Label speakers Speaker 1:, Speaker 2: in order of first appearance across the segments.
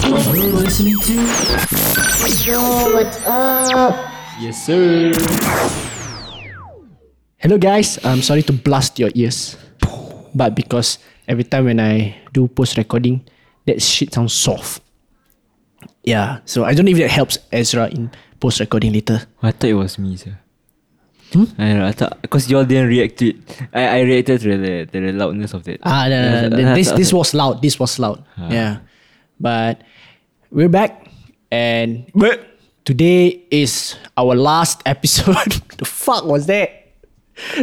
Speaker 1: You're listening to.
Speaker 2: Yo, what's up?
Speaker 1: Yes, sir. Hello, guys. I'm sorry to blast your ears, but because every time when I do post recording, that shit sounds soft. Yeah, so I don't know if that helps Ezra in post recording later.
Speaker 3: I thought it was me, sir.
Speaker 1: Hmm?
Speaker 3: I don't know. I thought because y'all didn't react to it. I, I reacted to the, to the loudness of that.
Speaker 1: Ah, no, no, no. Ah.
Speaker 3: I
Speaker 1: Th- this
Speaker 3: thought-
Speaker 1: this was loud. This was loud. Yeah, but we're back, and but today is our last episode. the fuck was that?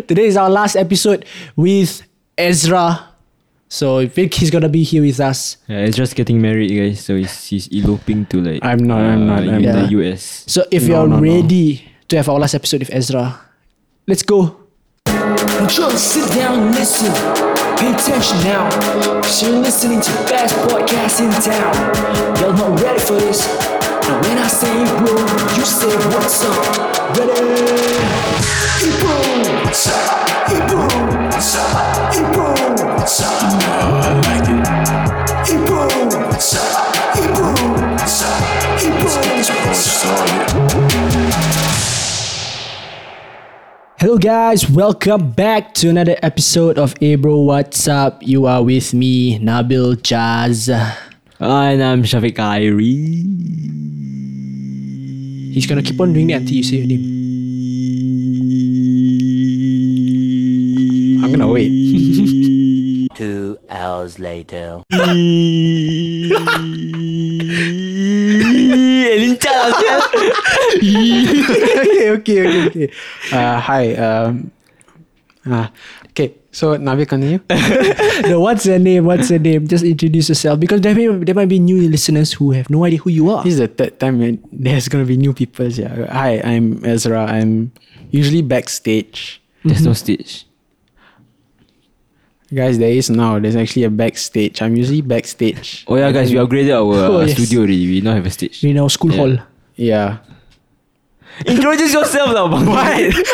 Speaker 1: Today is our last episode with Ezra. So I think he's gonna be here with us.
Speaker 3: Yeah, it's just getting married, guys. So he's, he's eloping to like. uh,
Speaker 4: I'm not, I'm not,
Speaker 3: in
Speaker 4: I'm
Speaker 3: the
Speaker 1: not.
Speaker 3: US.
Speaker 1: So if
Speaker 4: No,
Speaker 1: you're
Speaker 4: no, no.
Speaker 1: ready to have our last episode with Ezra, let's go.
Speaker 5: Just sit down and listen. Pay attention now. Cause you're listening to best podcast in town. Y'all not ready for this. Now when I say bro, you say what's up. Ready? Hey bro, what's up? Hey bro, what's up? Hey bro, what's up? I like it. Hey bro, what's up? Hey bro, what's up? Hey bro, what's up?
Speaker 1: Hello guys, welcome back to another episode of Abro What's Up. You are with me, Nabil Jazz.
Speaker 3: And I'm Shafiq Kairi.
Speaker 1: He's gonna keep on doing that until you say your name.
Speaker 4: I'm gonna wait.
Speaker 6: Two hours later.
Speaker 4: okay, okay, okay, okay. Uh, hi. Um, uh, okay, so Nabi continue.
Speaker 1: No, what's your name? What's your name? Just introduce yourself because there, may, there might be new listeners who have no idea who you are.
Speaker 4: this is the third time when there's gonna be new people. Yeah. Hi, I'm Ezra. I'm usually backstage.
Speaker 3: There's no stage.
Speaker 4: Guys, there is now. There's actually a backstage. I'm usually backstage.
Speaker 3: Oh yeah, guys, we upgraded our
Speaker 1: Oh,
Speaker 3: uh,
Speaker 1: yes.
Speaker 3: studio already. We now have a stage.
Speaker 1: in our school hall.
Speaker 4: Yeah.
Speaker 3: Introduce yourself now, bang.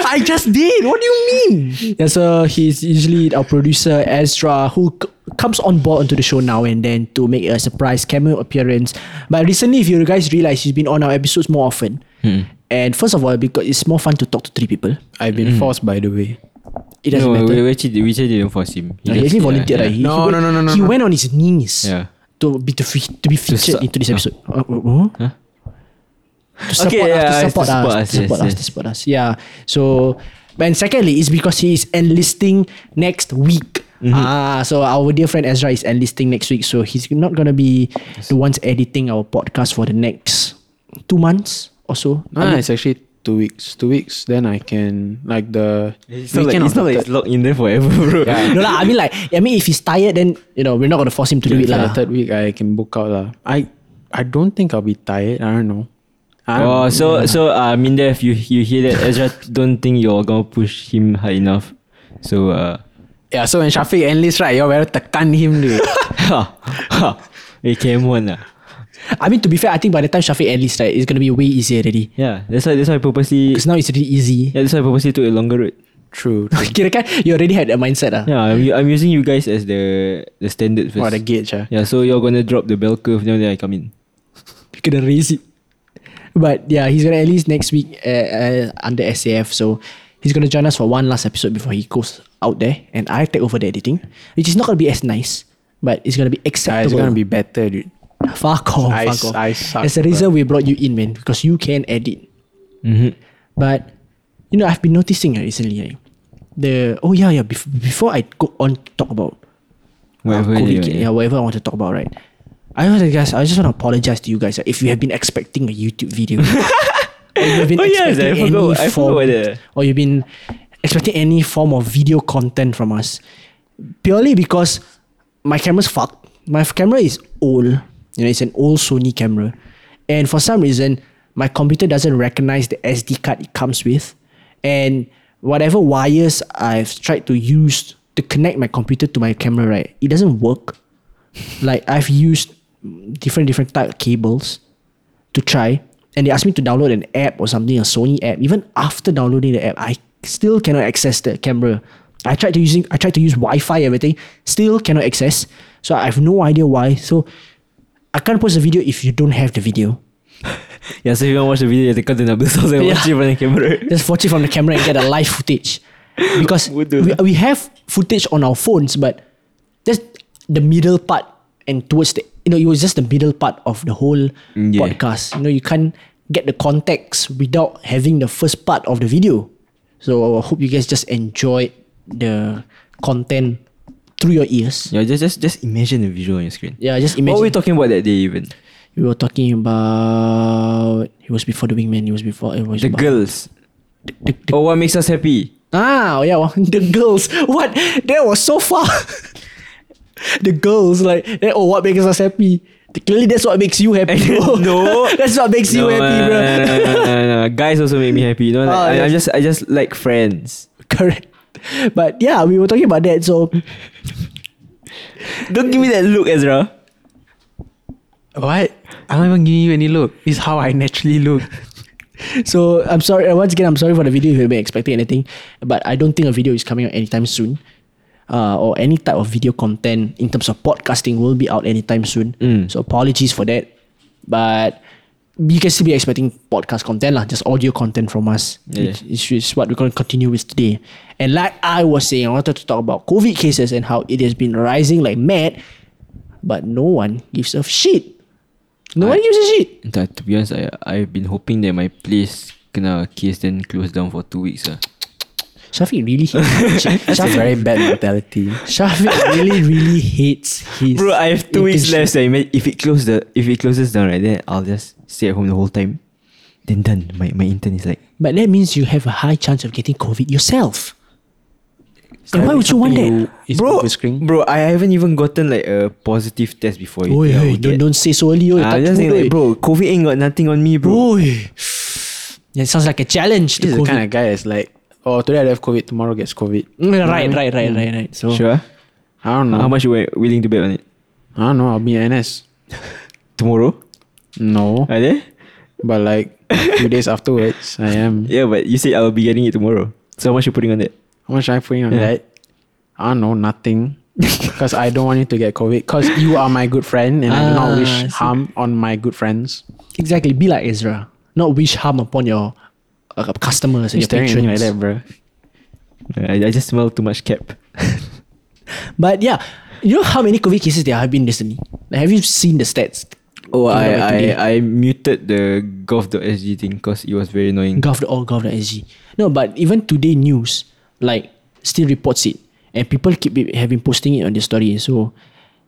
Speaker 1: I just did. What do you mean? Yeah, so he's usually our producer Ezra, who c- comes on board onto the show now and then to make a surprise cameo appearance. But recently, if you guys realize, he's been on our episodes more often. And first of all, because it's more fun to talk to three people,
Speaker 4: I've
Speaker 3: Mm-hmm.
Speaker 4: been forced, by the way.
Speaker 1: it doesn't
Speaker 3: No,
Speaker 1: matter.
Speaker 3: we, we actually we actually didn't force him.
Speaker 1: He,
Speaker 3: just-
Speaker 1: actually volunteered.
Speaker 3: yeah,
Speaker 1: right? He-
Speaker 3: yeah.
Speaker 1: he
Speaker 4: No,
Speaker 1: went-
Speaker 4: no, no, no, no,
Speaker 1: He
Speaker 4: no.
Speaker 1: went on his knees
Speaker 3: Yeah.
Speaker 1: to be to, fe- to be featured
Speaker 3: su-
Speaker 1: into this
Speaker 3: oh.
Speaker 1: episode. Uh, uh, uh, To support
Speaker 3: Okay, yeah,
Speaker 1: us, to
Speaker 3: it's
Speaker 1: support, us, to
Speaker 3: yes,
Speaker 1: support us,
Speaker 3: yes.
Speaker 1: to support us. Yeah. So, and secondly, it's because he is enlisting next week. Ah, so our dear friend Ezra is enlisting next week, so he's not gonna be the ones editing our podcast for the next two months or so.
Speaker 4: No, no, it's actually two weeks. Two weeks, then I can like the
Speaker 3: It's not, like,
Speaker 4: weekend
Speaker 3: it's not
Speaker 4: of
Speaker 3: like
Speaker 4: the
Speaker 3: it's locked in there forever, bro.
Speaker 1: no lah. I mean, like, I mean, if he's tired, then you know we're not gonna force him to do
Speaker 4: Maybe
Speaker 1: it
Speaker 4: for
Speaker 1: lah.
Speaker 4: the third week I can book out lah. I I don't think I'll be tired. I don't know. I
Speaker 3: Oh,
Speaker 4: don't know.
Speaker 3: so so uh, Mindef, you you hear that? Ezra don't think you're gonna push him high enough. So uh,
Speaker 4: yeah. So when Shafiq enlists, right, you better tekan him, dude.
Speaker 3: ha, ha, it came one lah.
Speaker 1: I mean, to be fair, I think by the time Shafiq enlists, right, it's gonna be way easier already.
Speaker 3: Yeah, that's why that's why I purposely
Speaker 1: Because now it's really easy.
Speaker 3: yeah that's why I purposely took a longer route.
Speaker 4: true. true.
Speaker 1: Kirakan you already had a mindset ah.
Speaker 3: Yeah, I'm, u- I'm using you guys as the the standard first.
Speaker 4: Or the gauge, ah.
Speaker 3: Yeah, so you're gonna drop the bell curve now that I come in.
Speaker 1: You gonna raise it. But yeah, he's gonna at least next week uh, uh, under SAF. So he's gonna join us for one last episode before he goes out there, and I take over the editing, which is not gonna be as nice, but it's gonna be
Speaker 4: Ah, it's
Speaker 1: acceptable.
Speaker 4: gonna be better, dude.
Speaker 1: fuck off.
Speaker 4: I
Speaker 1: fuck
Speaker 4: s-
Speaker 1: off.
Speaker 4: I suck,
Speaker 1: That's the reason we brought you in, man, because you can edit.
Speaker 3: Mm-hmm.
Speaker 1: But you know, I've been noticing uh, recently uh, the oh yeah yeah bef- before I go on to talk about uh,
Speaker 3: Whatever.
Speaker 1: COVID,
Speaker 3: anyway.
Speaker 1: yeah, whatever I want to talk about, right? I want to guys, I just want to apologize to you guys uh, if you have been expecting a YouTube video, or you have been
Speaker 3: Oh, yes, I
Speaker 1: expecting
Speaker 3: forgot- I
Speaker 1: any
Speaker 3: forgot
Speaker 1: form,
Speaker 3: about that.
Speaker 1: or you've been expecting any form of video content from us, purely because my camera's fucked. My f- camera is old. You know, it's an old Sony camera, and for some reason, my computer doesn't recognize the SD card it comes with, and whatever wires I've tried to use to connect my computer to my camera, right, it doesn't work. like I've used different different type of cables to try, and they asked me to download an app or something, a Sony app. Even after downloading the app, I still cannot access the camera. I tried to using I tried to use Wi-Fi everything, still cannot access. So I have no idea why. So I can't post a video if you don't have the video.
Speaker 3: Yeah, so if you want to watch the video, you have to cut the numbers out and
Speaker 1: Yeah.
Speaker 3: watch it from the camera.
Speaker 1: Just watch it from the camera and get a live footage. Because
Speaker 3: Would do
Speaker 1: we,
Speaker 3: that.
Speaker 1: we have footage on our phones, but that's the middle part and towards the you know, it was just the middle part of the whole
Speaker 3: Mm, yeah.
Speaker 1: podcast. You know, you can't get the context without having the first part of the video. So I hope you guys just enjoy the content through your ears.
Speaker 3: Yeah, just just just imagine the visual on your screen.
Speaker 1: Yeah, just
Speaker 3: What
Speaker 1: imagine.
Speaker 3: were we talking about that day even?
Speaker 1: we were talking about it was before the wingman. It was before it was
Speaker 3: The
Speaker 1: about-
Speaker 3: girls. Oh, what makes us happy?
Speaker 1: Ah, yeah, well, the girls. What? That was so far. the girls, like, eh, oh, what makes us happy? Clearly, that's what makes you happy. bro.
Speaker 3: No.
Speaker 1: that's what makes you
Speaker 3: No,
Speaker 1: happy, bro.
Speaker 3: No, no, no, no, no, no. Guys also make me happy. You know, like,
Speaker 1: Oh,
Speaker 3: I, I
Speaker 1: yes.
Speaker 3: just I just like friends.
Speaker 1: Correct. But yeah, we were talking about that. So,
Speaker 3: Don't give me that look, Ezra.
Speaker 4: What? I'm not even giving you any look. It's how I naturally look.
Speaker 1: so I'm sorry. uh, Once again, I'm sorry for the video if you've been expecting anything. But I don't think a video is coming out anytime soon. Uh, or any type of video content in terms of podcasting will be out anytime soon.
Speaker 3: Mm.
Speaker 1: So apologies for that. But you can still be expecting podcast content, lah, just audio content from us.
Speaker 3: Yeah.
Speaker 1: Which, is- which is what we're going to continue with today. And like I was saying, I wanted to talk about COVID cases and how it has been rising like mad, but no one gives a shit. No one gives a shit.
Speaker 3: That, to be honest, I I've been hoping that my place kena case then close down for two weeks. Ah,
Speaker 1: Shafiq really hates That's Shafiq,
Speaker 4: bad mentality.
Speaker 1: Shafiq really, really hates his
Speaker 3: Bro, I have two weeks
Speaker 1: internship.
Speaker 3: left. So ima- if it close the if it closes down right, then I'll just stay at home the whole time. Then done. My my intern is like.
Speaker 1: But that means you have a high chance of getting COVID yourself. And why would you want that?
Speaker 4: It's
Speaker 3: Bro,
Speaker 4: bro, screen.
Speaker 3: bro, I haven't even gotten like a positive test before. you
Speaker 1: Oi,
Speaker 3: think I
Speaker 1: oi,
Speaker 3: would
Speaker 1: don't,
Speaker 3: get.
Speaker 1: don't say so early. Oi,
Speaker 3: Ah, I'm just saying, like, bro, COVID ain't got nothing on me, bro.
Speaker 1: Oi. That sounds like a challenge to
Speaker 4: This is the
Speaker 1: COVID.
Speaker 4: kind of guy that's like, oh, today I have COVID, tomorrow gets COVID.
Speaker 1: Mm, right, right, right, right, right. So
Speaker 3: Sure.
Speaker 4: I don't know.
Speaker 3: How much you were willing to bet on it?
Speaker 4: I don't know. I'll be in NS.
Speaker 3: Tomorrow?
Speaker 4: No,
Speaker 3: Are there?
Speaker 4: but like few days afterwards, I am.
Speaker 3: Yeah, but you said I'll be getting it tomorrow. So how much you putting on that?
Speaker 4: How much I putting on
Speaker 3: Yeah.
Speaker 4: that? I don't know nothing. Because I don't want you to get COVID. Because you are my good friend, and I do
Speaker 1: Ah,
Speaker 4: not
Speaker 1: I
Speaker 4: wish
Speaker 1: see.
Speaker 4: harm on my good friends.
Speaker 1: exactly, be like Ezra. Not wish harm upon your uh, customers and
Speaker 4: You're
Speaker 1: your
Speaker 4: staring at me
Speaker 1: patrons.
Speaker 4: like that, bro.
Speaker 3: I, I just smell too much cap.
Speaker 1: But yeah, you know how many COVID cases there have been recently? Like, have you seen the stats?
Speaker 3: Oh,
Speaker 1: Think about it
Speaker 3: I,
Speaker 1: today.
Speaker 3: I, I muted the golf.sg thing because it was very annoying.
Speaker 1: gov.org, gov.sg. No, but even today news, like, still reports it. And people keep it- have been posting it on their story. So,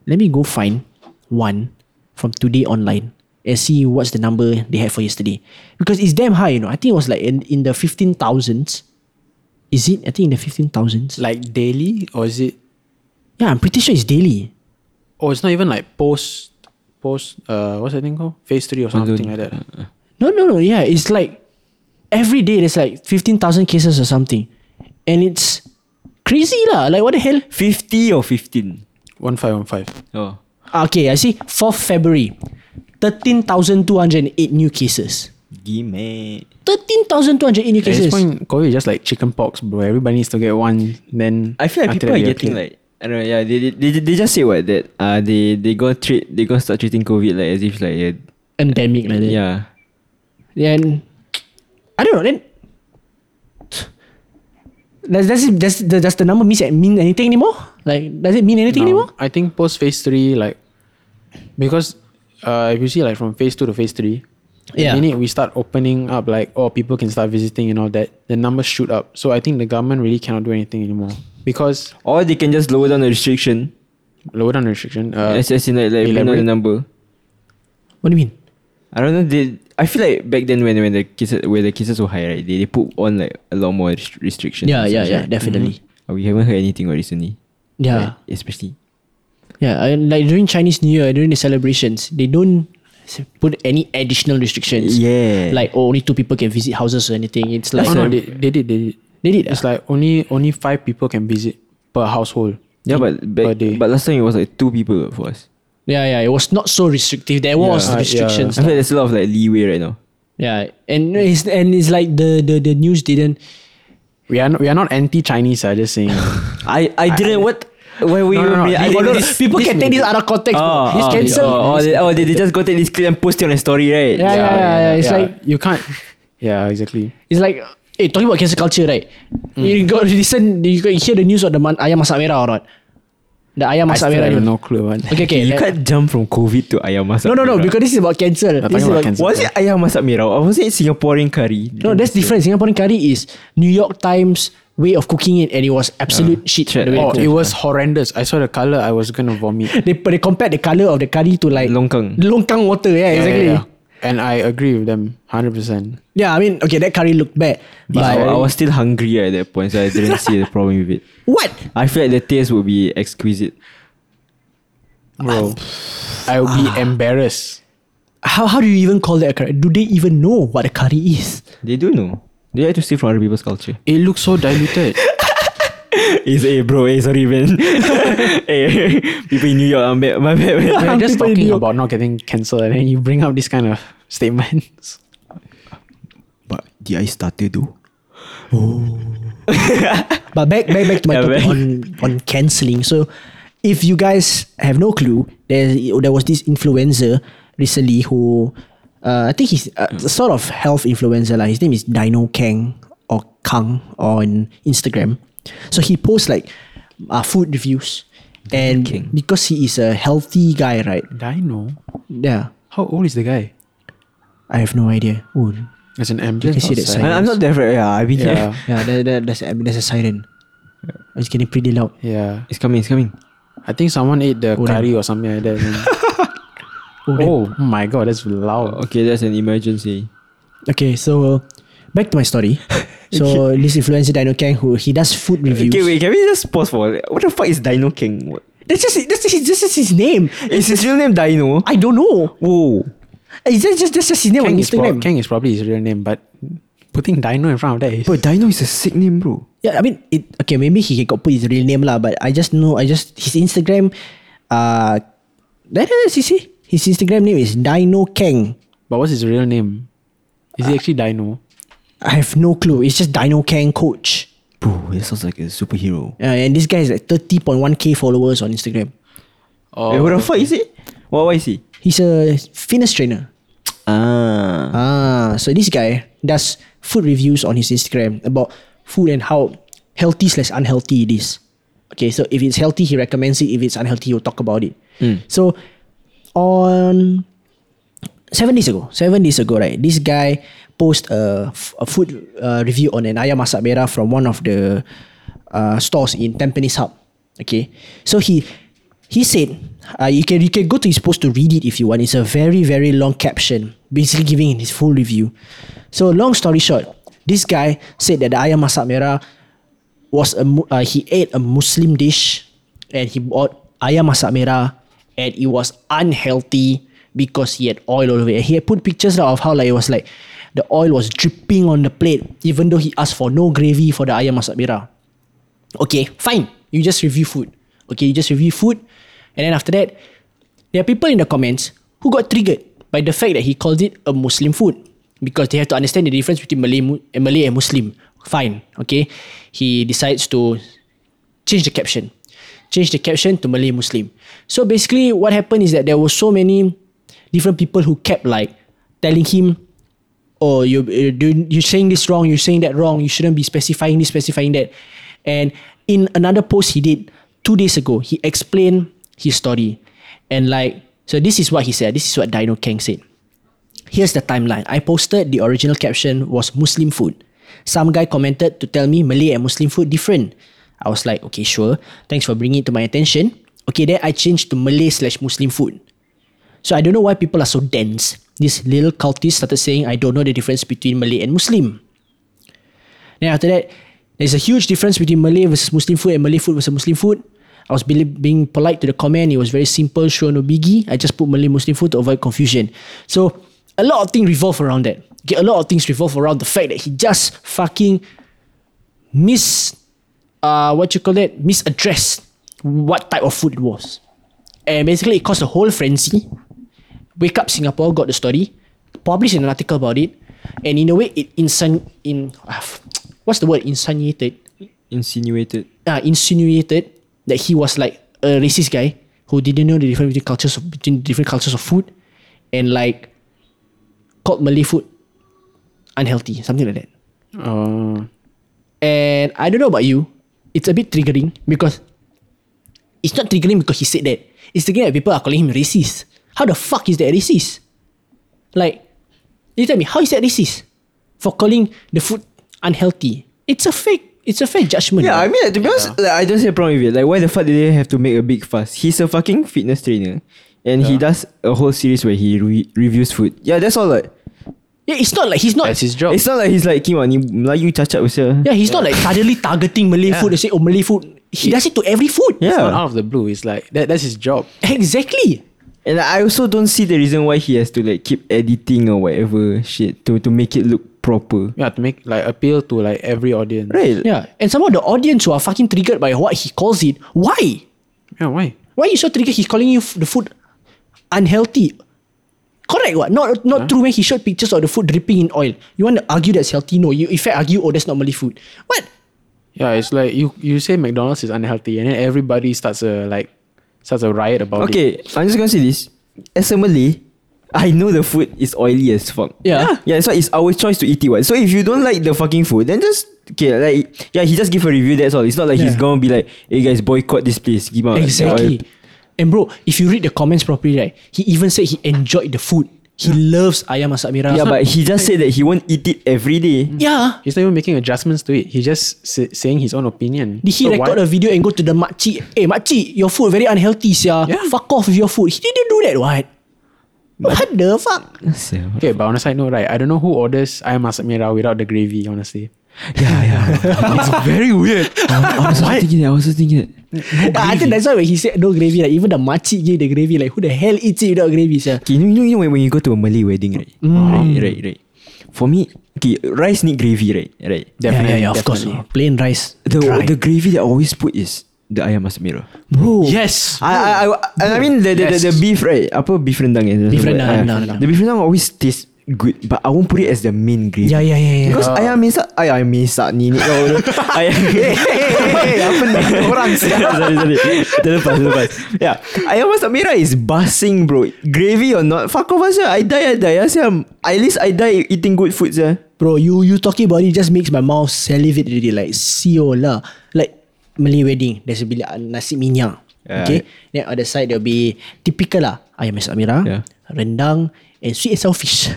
Speaker 1: let me go find one from today online and see what's the number they had for yesterday. Because it's damn high, you know. I think it was like in, in the 15,000s. Is it? I think in the 15,000s. Like,
Speaker 4: Like daily, or is it?
Speaker 1: yeah, I'm pretty sure it's daily.
Speaker 4: Oh, it's not even like post, post. Uh, what's that thing called? Phase three or something like that.
Speaker 1: No, no, no. Yeah, it's like every day there's like 15,000 cases or something. And it's crazy lah. Like, what the hell?
Speaker 3: 50 or 15?
Speaker 4: One five one five.
Speaker 3: Oh.
Speaker 1: Okay, I see. 4th February, 13,208 new cases.
Speaker 3: Gimme.
Speaker 1: 13,208 new
Speaker 4: At this
Speaker 1: cases.
Speaker 4: point, COVID is just like chicken pox, bro. Everybody needs to get one. Then
Speaker 3: I feel like people
Speaker 4: after that,
Speaker 3: are
Speaker 4: we
Speaker 3: getting
Speaker 4: clear.
Speaker 3: like I don't know, yeah, they, they, they, they just say what that uh they they gonna treat they gonna start treating COVID like as if like yeah,
Speaker 1: Endemic like that.
Speaker 3: yeah.
Speaker 1: Then, I don't know. Then, does, does, it, does, does the number mean, mean anything anymore? Like, does it mean anything
Speaker 4: No,
Speaker 1: anymore?
Speaker 4: I think post phase three, like because uh, if you see like from phase two to phase three,
Speaker 1: Yeah.
Speaker 4: the minute we start opening up, like oh people can start visiting and all that, the numbers shoot up. So I think the government really cannot do anything anymore because
Speaker 3: Or they can just lower down the restriction.
Speaker 4: lower down the restriction. Uh,
Speaker 3: as, as in like, like bring down the
Speaker 4: elaborate.
Speaker 3: number.
Speaker 1: What do you mean?
Speaker 3: I don't know. They, I feel like back then when when the cases where the cases were high, right? They, they put on like a lot more rest- restrictions.
Speaker 1: Yeah,
Speaker 3: and
Speaker 1: yeah,
Speaker 3: such,
Speaker 1: yeah,
Speaker 3: right?
Speaker 1: definitely. Ah.
Speaker 3: Uh, We haven't heard anything recently.
Speaker 1: Yeah.
Speaker 3: right? Especially.
Speaker 1: Yeah, I, like during Chinese New Year, during the celebrations, they don't s- put any additional restrictions.
Speaker 3: Yeah.
Speaker 1: Like oh, only two people can visit houses or anything. It's like
Speaker 4: oh, no, they, they did, they did.
Speaker 1: They did,
Speaker 4: It's
Speaker 1: ah?
Speaker 4: like only only five people can visit per household.
Speaker 3: Yeah, but
Speaker 4: per
Speaker 3: back,
Speaker 4: day.
Speaker 3: but last time it was like two people for us.
Speaker 1: yeah, yeah. It was not so restrictive. There was
Speaker 4: Yeah, uh,
Speaker 1: restrictions.
Speaker 3: I feel like there's a lot of like leeway right now.
Speaker 1: Yeah. And it's and it's like the the, the news didn't
Speaker 4: we are not, we are not anti Chinese. I just saying.
Speaker 3: I I didn't what Why would
Speaker 4: No,
Speaker 3: you
Speaker 4: no, no.
Speaker 3: bring- I
Speaker 4: People
Speaker 3: think
Speaker 1: don't-
Speaker 3: this-
Speaker 1: people
Speaker 3: this-
Speaker 1: can take this out of context, bro.
Speaker 3: Oh,
Speaker 1: It's
Speaker 3: oh,
Speaker 1: cancelled.
Speaker 3: Oh, oh, they, oh, they, they just got take this clip and post it on a story, right?
Speaker 1: Yeah, yeah, yeah, yeah. It's like
Speaker 4: you can't. Yeah, exactly.
Speaker 1: it's like eh talking about cancel culture, right? You got to listen. You got to hear the news of the man, ayam masak merah or not? The ayam
Speaker 4: I
Speaker 1: masak
Speaker 4: still
Speaker 1: merah. ni.
Speaker 4: have no clue. What.
Speaker 1: Okay, okay.
Speaker 3: You
Speaker 1: let-
Speaker 3: can't jump from COVID to ayam
Speaker 1: no,
Speaker 3: masak.
Speaker 1: no, no.
Speaker 3: merah.
Speaker 1: Because this is about cancel. This
Speaker 4: talking
Speaker 1: is
Speaker 4: about
Speaker 1: about
Speaker 4: cancel.
Speaker 3: was it ayam masak merah or was it Singaporean curry?
Speaker 1: No, that's different. Singaporean curry is New York Times way of cooking it, and it was absolute shit.
Speaker 3: Shit,
Speaker 1: the way it
Speaker 3: yeah.
Speaker 4: Oh,
Speaker 1: cooked.
Speaker 4: it was horrendous. I saw the color. I was gonna vomit.
Speaker 1: they they compared the color of the curry to like
Speaker 3: Longkang.
Speaker 1: longkang water. Yeah,
Speaker 4: Yeah,
Speaker 1: exactly.
Speaker 4: yeah,
Speaker 1: Yeah,
Speaker 4: yeah. And I agree with them, hundred percent.
Speaker 1: I mean, okay, that curry looked bad, but
Speaker 3: But I, I was still hungry at that point, so I didn't see the problem with it.
Speaker 1: what?
Speaker 3: I feel like the taste would be exquisite.
Speaker 4: Bro, I will be embarrassed.
Speaker 1: How how do you even call that a curry? Do they even know what a curry is?
Speaker 3: They do know. They like to steal from other people's culture.
Speaker 4: It looks so diluted.
Speaker 3: It's a bro, eh, sorry man. eh, people in New York, I'm bad, my bad, man.
Speaker 4: We're just
Speaker 1: People in
Speaker 4: talking
Speaker 1: New-
Speaker 4: about not getting cancelled, and then you bring up this kind of statements.
Speaker 3: But the I started though.
Speaker 1: But back back back to my
Speaker 3: Yeah,
Speaker 1: topic
Speaker 3: back.
Speaker 1: on on cancelling. So, if you guys have no clue, there there was this influencer recently who, uh, I think he's uh, sort of health influencer like His name is Dino Kang or Kang on Instagram. So he posts like uh, food reviews, and because he is a healthy guy, right?
Speaker 4: Dino,
Speaker 1: Yeah,
Speaker 4: how old is the guy?
Speaker 1: I have no idea. Oh,
Speaker 4: As an ambulance.
Speaker 1: You can see that
Speaker 4: outside.
Speaker 1: sign.
Speaker 3: I'm not there for yeah, I've been
Speaker 4: Yeah,
Speaker 3: there.
Speaker 1: yeah, there, there, there's, a, there's a siren. It's getting pretty loud.
Speaker 4: yeah.
Speaker 3: It's coming, it's coming.
Speaker 4: I think someone ate the
Speaker 1: Oh, damn.
Speaker 4: curry or something like that. and- oh, my god, that's loud.
Speaker 3: Okay, that's an emergency.
Speaker 1: Okay, so back to my story. So this influencer Dino Kang, who he does food reviews.
Speaker 3: Okay, wait, can we just pause for What the fuck is Dino King? What?
Speaker 1: That's just that's just, that's just his name.
Speaker 3: Is his real name Dino?
Speaker 1: I don't know.
Speaker 3: Whoa.
Speaker 1: It's just just, that's just his name
Speaker 4: Kang
Speaker 1: on
Speaker 4: is, prob-
Speaker 1: Instagram.
Speaker 4: Kang is probably his real name, but putting Dino in front of that is.
Speaker 3: But Dino is a sick name, bro.
Speaker 1: yeah, I mean it. Okay, maybe he got put his real name lah, but I just know I just his Instagram. Uh, that is you see his Instagram name is Dino Kang.
Speaker 4: But what's his real name? Is he actually Dino?
Speaker 1: I have no clue. It's just Dino Kang Coach.
Speaker 3: Bro, it sounds like a superhero.
Speaker 1: Uh, and this guy is like thirty point one k followers on Instagram.
Speaker 4: Oh,
Speaker 3: eh, what the fuck is it? What, what is he?
Speaker 1: He's a fitness trainer.
Speaker 3: Ah.
Speaker 1: Ah, so this guy does food reviews on his Instagram about food and how healthy slash unhealthy it is. Okay, so if it's healthy, he recommends it. If it's unhealthy, he'll talk about it. So on seven days ago, seven days ago, right, this guy post a, f- a food uh, review on an ayam masak merah from one of the uh, stores in Tampines Hub. Okay, so he he said uh, you can you can go to his post to read it if you want. It's a very very long caption, basically giving his full review. So long story short, this guy said that the ayam masak merah was a mu- uh, he ate a Muslim dish and he bought ayam masak merah and it was unhealthy because he had oil all over it. And he had put pictures lah of how like it was like the oil was dripping on the plate even though he asked for no gravy for the ayam masak merah. Okay, fine. You just review food. Okay, you just review food and then after that there are people in the comments who got triggered by the fact that he called it a Muslim food because they have to understand the difference between Malay, mu- eh, Malay and Muslim. Fine, okay. He decides to change the caption, change the caption to Malay Muslim. So basically, what happened is that there were so many different people who kept like telling him, "Oh, you eh, do- you're saying this wrong. You're saying that wrong. You shouldn't be specifying this, specifying that." And in another post he did two days ago, he explained his story. And like, so this is what he said. This is what Dino Kang said. Here's the timeline. I posted the original caption was Muslim food. Some guy commented to tell me Malay and Muslim food different. I was like, okay, sure. Thanks for bringing it to my attention. Okay, then I changed to Malay slash Muslim food. So I don't know why people are so dense. This little cultist started saying, I don't know the difference between Malay and Muslim. Then after that, there's a huge difference between Malay versus Muslim food and Malay food versus Muslim food. I was be- being polite to the comment. It was very simple, sure, no biggie. I just put Malay Muslim food to avoid confusion. So a lot of things revolve around that. Okay, a lot of things revolve around the fact that he just fucking mis, uh, what you call it, misaddressed what type of food it was, and basically it caused a whole frenzy. Wake Up Singapore got the story, published an article about it, and in a way it ah, insin in what's the word insinuated,
Speaker 3: Insinuated.
Speaker 1: uh, Ah, insinuated that he was like a racist guy who didn't know the difference between cultures of, between different cultures of food, and like called Malay food unhealthy, something like that.
Speaker 4: Uh,
Speaker 1: And I don't know about you, it's a bit triggering because it's not triggering because he said that. It's triggering that people are calling him racist. How the fuck is that racist? Like, you tell me, how is that racist? For calling the food unhealthy. It's a fake, it's a fair judgment.
Speaker 3: Yeah, I
Speaker 1: right?
Speaker 3: mean, to be honest, like, I don't see a problem with it. Like, why the fuck did they have to make a big fuss? He's a fucking fitness trainer, and he does a whole series where he re- reviews food. Yeah, that's all. Like,
Speaker 1: yeah, it's not like he's not.
Speaker 4: that's his job.
Speaker 3: it's not like he's like Kim ni Melayu cacat besar.
Speaker 1: yeah, he's not like suddenly targeting Malay food and say, oh, Malay food. He does it to every food.
Speaker 4: It's not
Speaker 3: yeah.
Speaker 4: out of the blue. It's like that, that's his job.
Speaker 1: Exactly.
Speaker 3: And I also don't see the reason why he has to like keep editing or whatever shit to to make it look proper.
Speaker 4: Yeah, to make like appeal to like every audience.
Speaker 3: Right.
Speaker 1: Yeah. And some of the audience who are fucking triggered by what he calls it, why?
Speaker 4: Yeah, why?
Speaker 1: Why you so triggered? He's calling you f- the food unhealthy. Correct, what? Not not true when he showed pictures of the food dripping in oil. You want to argue that's healthy? No, you in fact argue, oh, that's not Malay food. What?
Speaker 4: Yeah, it's like you you say McDonald's is unhealthy, and then everybody starts a like starts a riot about it.
Speaker 3: Okay, I'm just gonna say this. As a Malay, I know the food is oily as fuck.
Speaker 1: Yeah.
Speaker 3: Yeah, so it's our choice to eat it. What? So if you don't like the fucking food, then just okay, like yeah, he just give a review. That's all. It's not like he's
Speaker 1: Yeah.
Speaker 3: gonna be like, hey guys, boycott this place. Give out the
Speaker 1: Exactly.
Speaker 3: oil."
Speaker 1: And bro, if you read the comments properly, right? He even said he enjoyed the food. He loves ayam masak merah.
Speaker 3: Hmm. Yeah, but he just said that he won't eat it every day.
Speaker 1: yeah.
Speaker 4: He's not even making adjustments to it. He's just sa- saying his own opinion.
Speaker 1: Did he
Speaker 4: So
Speaker 1: record a
Speaker 4: why-
Speaker 1: video and go to the makcik? Hey, makcik, your food very unhealthy, sia.
Speaker 4: Yeah.
Speaker 1: Fuck off with your food. He didn't do that, what? What the fuck?
Speaker 3: Yeah,
Speaker 4: Okay, but on a side note, right? I don't know who orders ayam masak merah without the gravy. Honestly,
Speaker 3: yeah. it's very weird. I was also thinking that. I was also thinking that.
Speaker 1: But I think Ah, that's why when he said no gravy, like even the makcik gave the gravy, like who the hell eats it without gravy, sir?
Speaker 3: Okay, you know, you know when, when you go to a Malay wedding, right? Right, right, right. For me, okay, rice need gravy, right? Right.
Speaker 1: yeah,
Speaker 4: definitely.
Speaker 1: yeah, of course.
Speaker 4: definitely.
Speaker 1: Plain rice.
Speaker 3: The
Speaker 1: dry.
Speaker 3: the gravy that I always put is the ayam masak merah.
Speaker 1: bro.
Speaker 4: Yes.
Speaker 3: I I I, and I mean the the, the the
Speaker 4: Yes.
Speaker 3: beef right? Apa beef rendang? eh?
Speaker 1: Beef rendang,
Speaker 3: Ah,
Speaker 1: rendang, rendang.
Speaker 3: The beef rendang always tastes good, but I won't put it as the main gravy.
Speaker 1: Yeah, yeah, yeah, yeah.
Speaker 3: Because ayam masak, ay, ayam masak ni ni. Oh, no. ayam. Hey, hey, hey, apa ni? Orang sorry, sorry. Terlepas, terlepas. Yeah, ayam masak merah is basing, bro. Gravy or not, fuck off asya. I die, I die asya. At least I die eating good eh. food, sir.
Speaker 1: Bro, you you talking about it just makes my mouth salivate really like sio lah. Like Malay wedding, there's a bila nasi minyak.
Speaker 3: Yeah.
Speaker 1: okay. Then other side there'll be typical lah ayam masak merah,
Speaker 3: Yeah.
Speaker 1: rendang, and sweet and sour fish.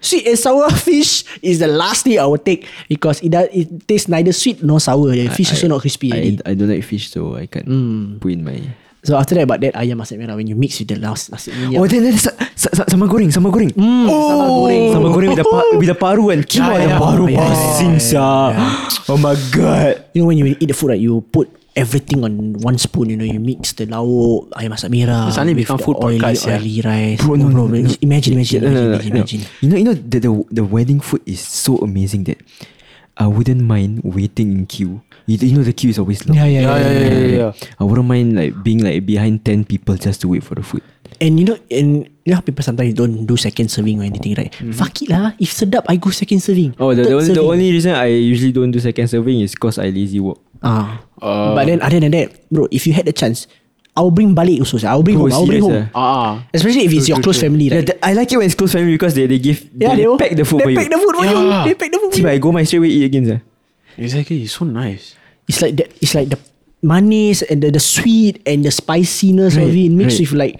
Speaker 1: Sweet and sour fish is the last thing I will take because it does, it tastes neither sweet nor sour. The fish also not crispy. already. Hmm.
Speaker 3: I, I don't like fish, so I can't put in my.
Speaker 1: So after that, but that ayam masak merah when you mix with the last nasi minyak.
Speaker 3: Oh, then then sa, sa, sa, sama goreng, sama goreng. Mm, oh, sama goreng, sama goreng with the pa, with the paru and kiwa
Speaker 1: Yeah,
Speaker 3: the
Speaker 1: yeah,
Speaker 3: paru
Speaker 1: yeah,
Speaker 3: passing sia. Oh my god.
Speaker 1: You know when you eat the food right You put everything on one spoon You know you mix the lauk Ayam masak merah
Speaker 4: Suddenly
Speaker 1: with
Speaker 4: become
Speaker 1: the
Speaker 4: food
Speaker 1: oily,
Speaker 4: podcast, yeah.
Speaker 1: Oily rice
Speaker 3: Bro, no, no, no,
Speaker 1: just Imagine imagine
Speaker 3: No, no,
Speaker 1: imagine,
Speaker 3: no, no.
Speaker 1: imagine.
Speaker 3: You know, you know the, the the wedding food is so amazing that I wouldn't mind waiting in queue. You, you know the queue is always long.
Speaker 1: Yeah, yeah, yeah,
Speaker 4: yeah, yeah, yeah, yeah.
Speaker 3: I wouldn't mind like being like behind ten people just to wait for the food.
Speaker 1: And you know And you know how people sometimes Don't do second serving Or anything right Fuck it lah If sedap I go second serving
Speaker 3: Mm-hmm. Oh, the, the,
Speaker 1: Third
Speaker 3: only, the
Speaker 1: serving.
Speaker 3: only reason I usually don't do second serving is cause I lazy work.
Speaker 1: ah.
Speaker 3: Oh.
Speaker 1: But then other than that Bro if you had the chance I'll bring balik also sia. I'll bring
Speaker 3: Bro,
Speaker 1: home I'll bring home
Speaker 3: serious, eh?
Speaker 4: Ah,
Speaker 1: Especially if it's your close family
Speaker 3: Yeah,
Speaker 1: right
Speaker 3: th- I like it when it's close family because they, they give they,
Speaker 1: will-
Speaker 3: pack the food
Speaker 1: they
Speaker 3: for you.
Speaker 1: pack the food for you
Speaker 4: Yeah.
Speaker 1: They pack the food for
Speaker 3: See,
Speaker 1: you
Speaker 3: but I go my straight away eat again, sir.
Speaker 4: exactly. It's so nice.
Speaker 1: It's like that. It's like the manis and the, the sweet and the spiciness of
Speaker 3: Right,
Speaker 1: it mixed
Speaker 3: right.
Speaker 1: with like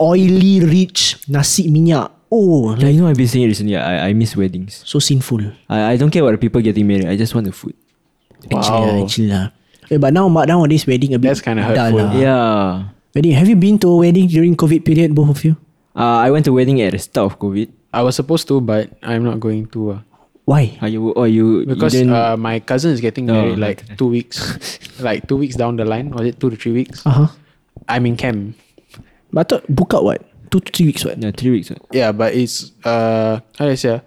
Speaker 1: oily, rich nasi minyak. Oh,
Speaker 3: Like,
Speaker 1: like
Speaker 3: you know, I've been saying recently, I, I miss weddings.
Speaker 1: so sinful.
Speaker 3: I, I don't care about the people getting married. I just want the food.
Speaker 1: Actually, lah,
Speaker 4: Wow.
Speaker 1: actually lah. Eh, but now, but nowadays wedding a bit.
Speaker 4: That's kinda
Speaker 1: dah
Speaker 4: hurtful.
Speaker 3: Ah.
Speaker 1: lah.
Speaker 3: Yeah.
Speaker 1: Wedding. Have you been to a wedding during COVID period, both of you?
Speaker 3: Uh, I went to wedding at the start of COVID.
Speaker 4: I was supposed to, but I'm not going to. Uh,
Speaker 1: Why?
Speaker 3: Are you or oh, you
Speaker 4: because
Speaker 3: you didn't-
Speaker 4: uh, my cousin is getting
Speaker 3: No,
Speaker 4: married
Speaker 3: not
Speaker 4: like two weeks, like two weeks down the line, or is it two to three weeks?
Speaker 1: Uh huh.
Speaker 4: I'm in camp.
Speaker 1: But I thought book out what two to three weeks what?
Speaker 3: yeah, three weeks. what?
Speaker 4: Yeah, but it's uh how do I say? ah?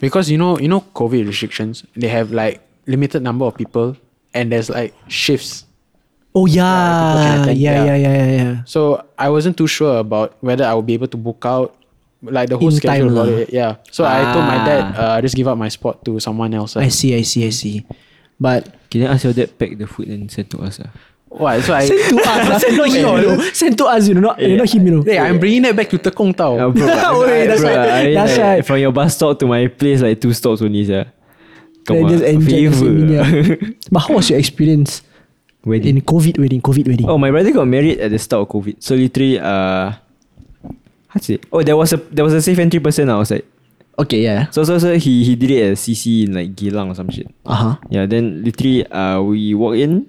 Speaker 4: Because you know you know COVID restrictions, they have like limited number of people and there's like shifts.
Speaker 1: Oh
Speaker 4: people
Speaker 1: yeah, yeah,
Speaker 4: can attend,
Speaker 1: yeah,
Speaker 4: yeah.
Speaker 1: yeah, yeah, yeah.
Speaker 4: So I wasn't too sure about whether I would be able to book out like the whole
Speaker 1: In time
Speaker 4: schedule
Speaker 1: lah.
Speaker 4: about
Speaker 1: Ah.
Speaker 4: it. Yeah. So I told my dad, uh just give up my spot to someone else. ah.
Speaker 1: I see, I see, I see. But
Speaker 3: Can I ask your dad pack the food and send to us? ah?
Speaker 4: What? So I.
Speaker 1: Send to us lah. Send to him you know. Send to us you know. Not, not him you know.
Speaker 4: Hey, I'm bringing it back to Tekong Tao.
Speaker 3: Yeah, Oh, bro, but I-
Speaker 1: Oi,
Speaker 3: I-
Speaker 1: that's
Speaker 3: bro,
Speaker 1: why-
Speaker 3: I-
Speaker 1: that's
Speaker 3: like,
Speaker 1: why.
Speaker 3: From your bus stop to my place, like two stops only, yeah. Come
Speaker 1: Then
Speaker 3: on,
Speaker 1: just enjoy the
Speaker 3: favor.
Speaker 1: same meal. But how was your experience in
Speaker 3: Wedding.
Speaker 1: COVID wedding? COVID wedding.
Speaker 3: Oh, my brother got married at the start of COVID. So literally, uh, how's it? Oh, there was a there was a safe entry person outside.
Speaker 1: Okay, yeah.
Speaker 3: So so so he he did it at CC in like Gilang or some shit.
Speaker 1: Uh huh.
Speaker 3: Yeah, then literally, uh, we walk in,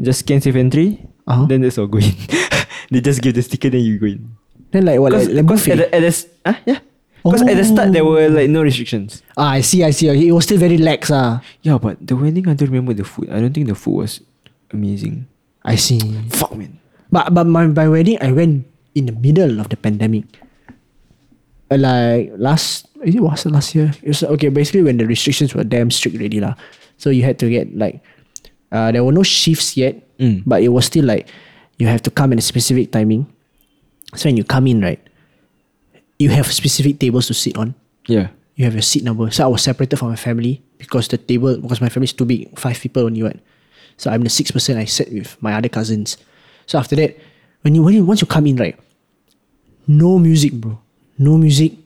Speaker 3: just scan safe entry,
Speaker 1: Uh-huh.
Speaker 3: then that's all go in. they just give the sticker, then you go in.
Speaker 1: Then like what?
Speaker 3: Because
Speaker 1: Like, like
Speaker 3: at
Speaker 1: buffet. Oh.
Speaker 3: the, at the, s- ah, yeah. Because at the start there were like no restrictions.
Speaker 1: ah, I see, I see. It was still very lax. Ah,
Speaker 3: Yeah, but the wedding I don't remember the food. I don't think the food was amazing.
Speaker 1: I see.
Speaker 3: Fuck man.
Speaker 1: But but my, my wedding, I went in the middle of the pandemic. Uh, Like last, is it was it last year? It was, okay, basically when the restrictions were damn strict already lah. So you had to get like, uh, there were no shifts yet,
Speaker 3: Mm.
Speaker 1: but it was still like, you have to come at a specific timing. So when you come in, right, you have specific tables to sit on.
Speaker 3: Yeah.
Speaker 1: you have your seat number. So I was separated from my family because the table because my family's too big, five people only right. So I'm the sixth person. I sat with my other cousins. So after that, when you when you once you come in right, no music, bro, no music.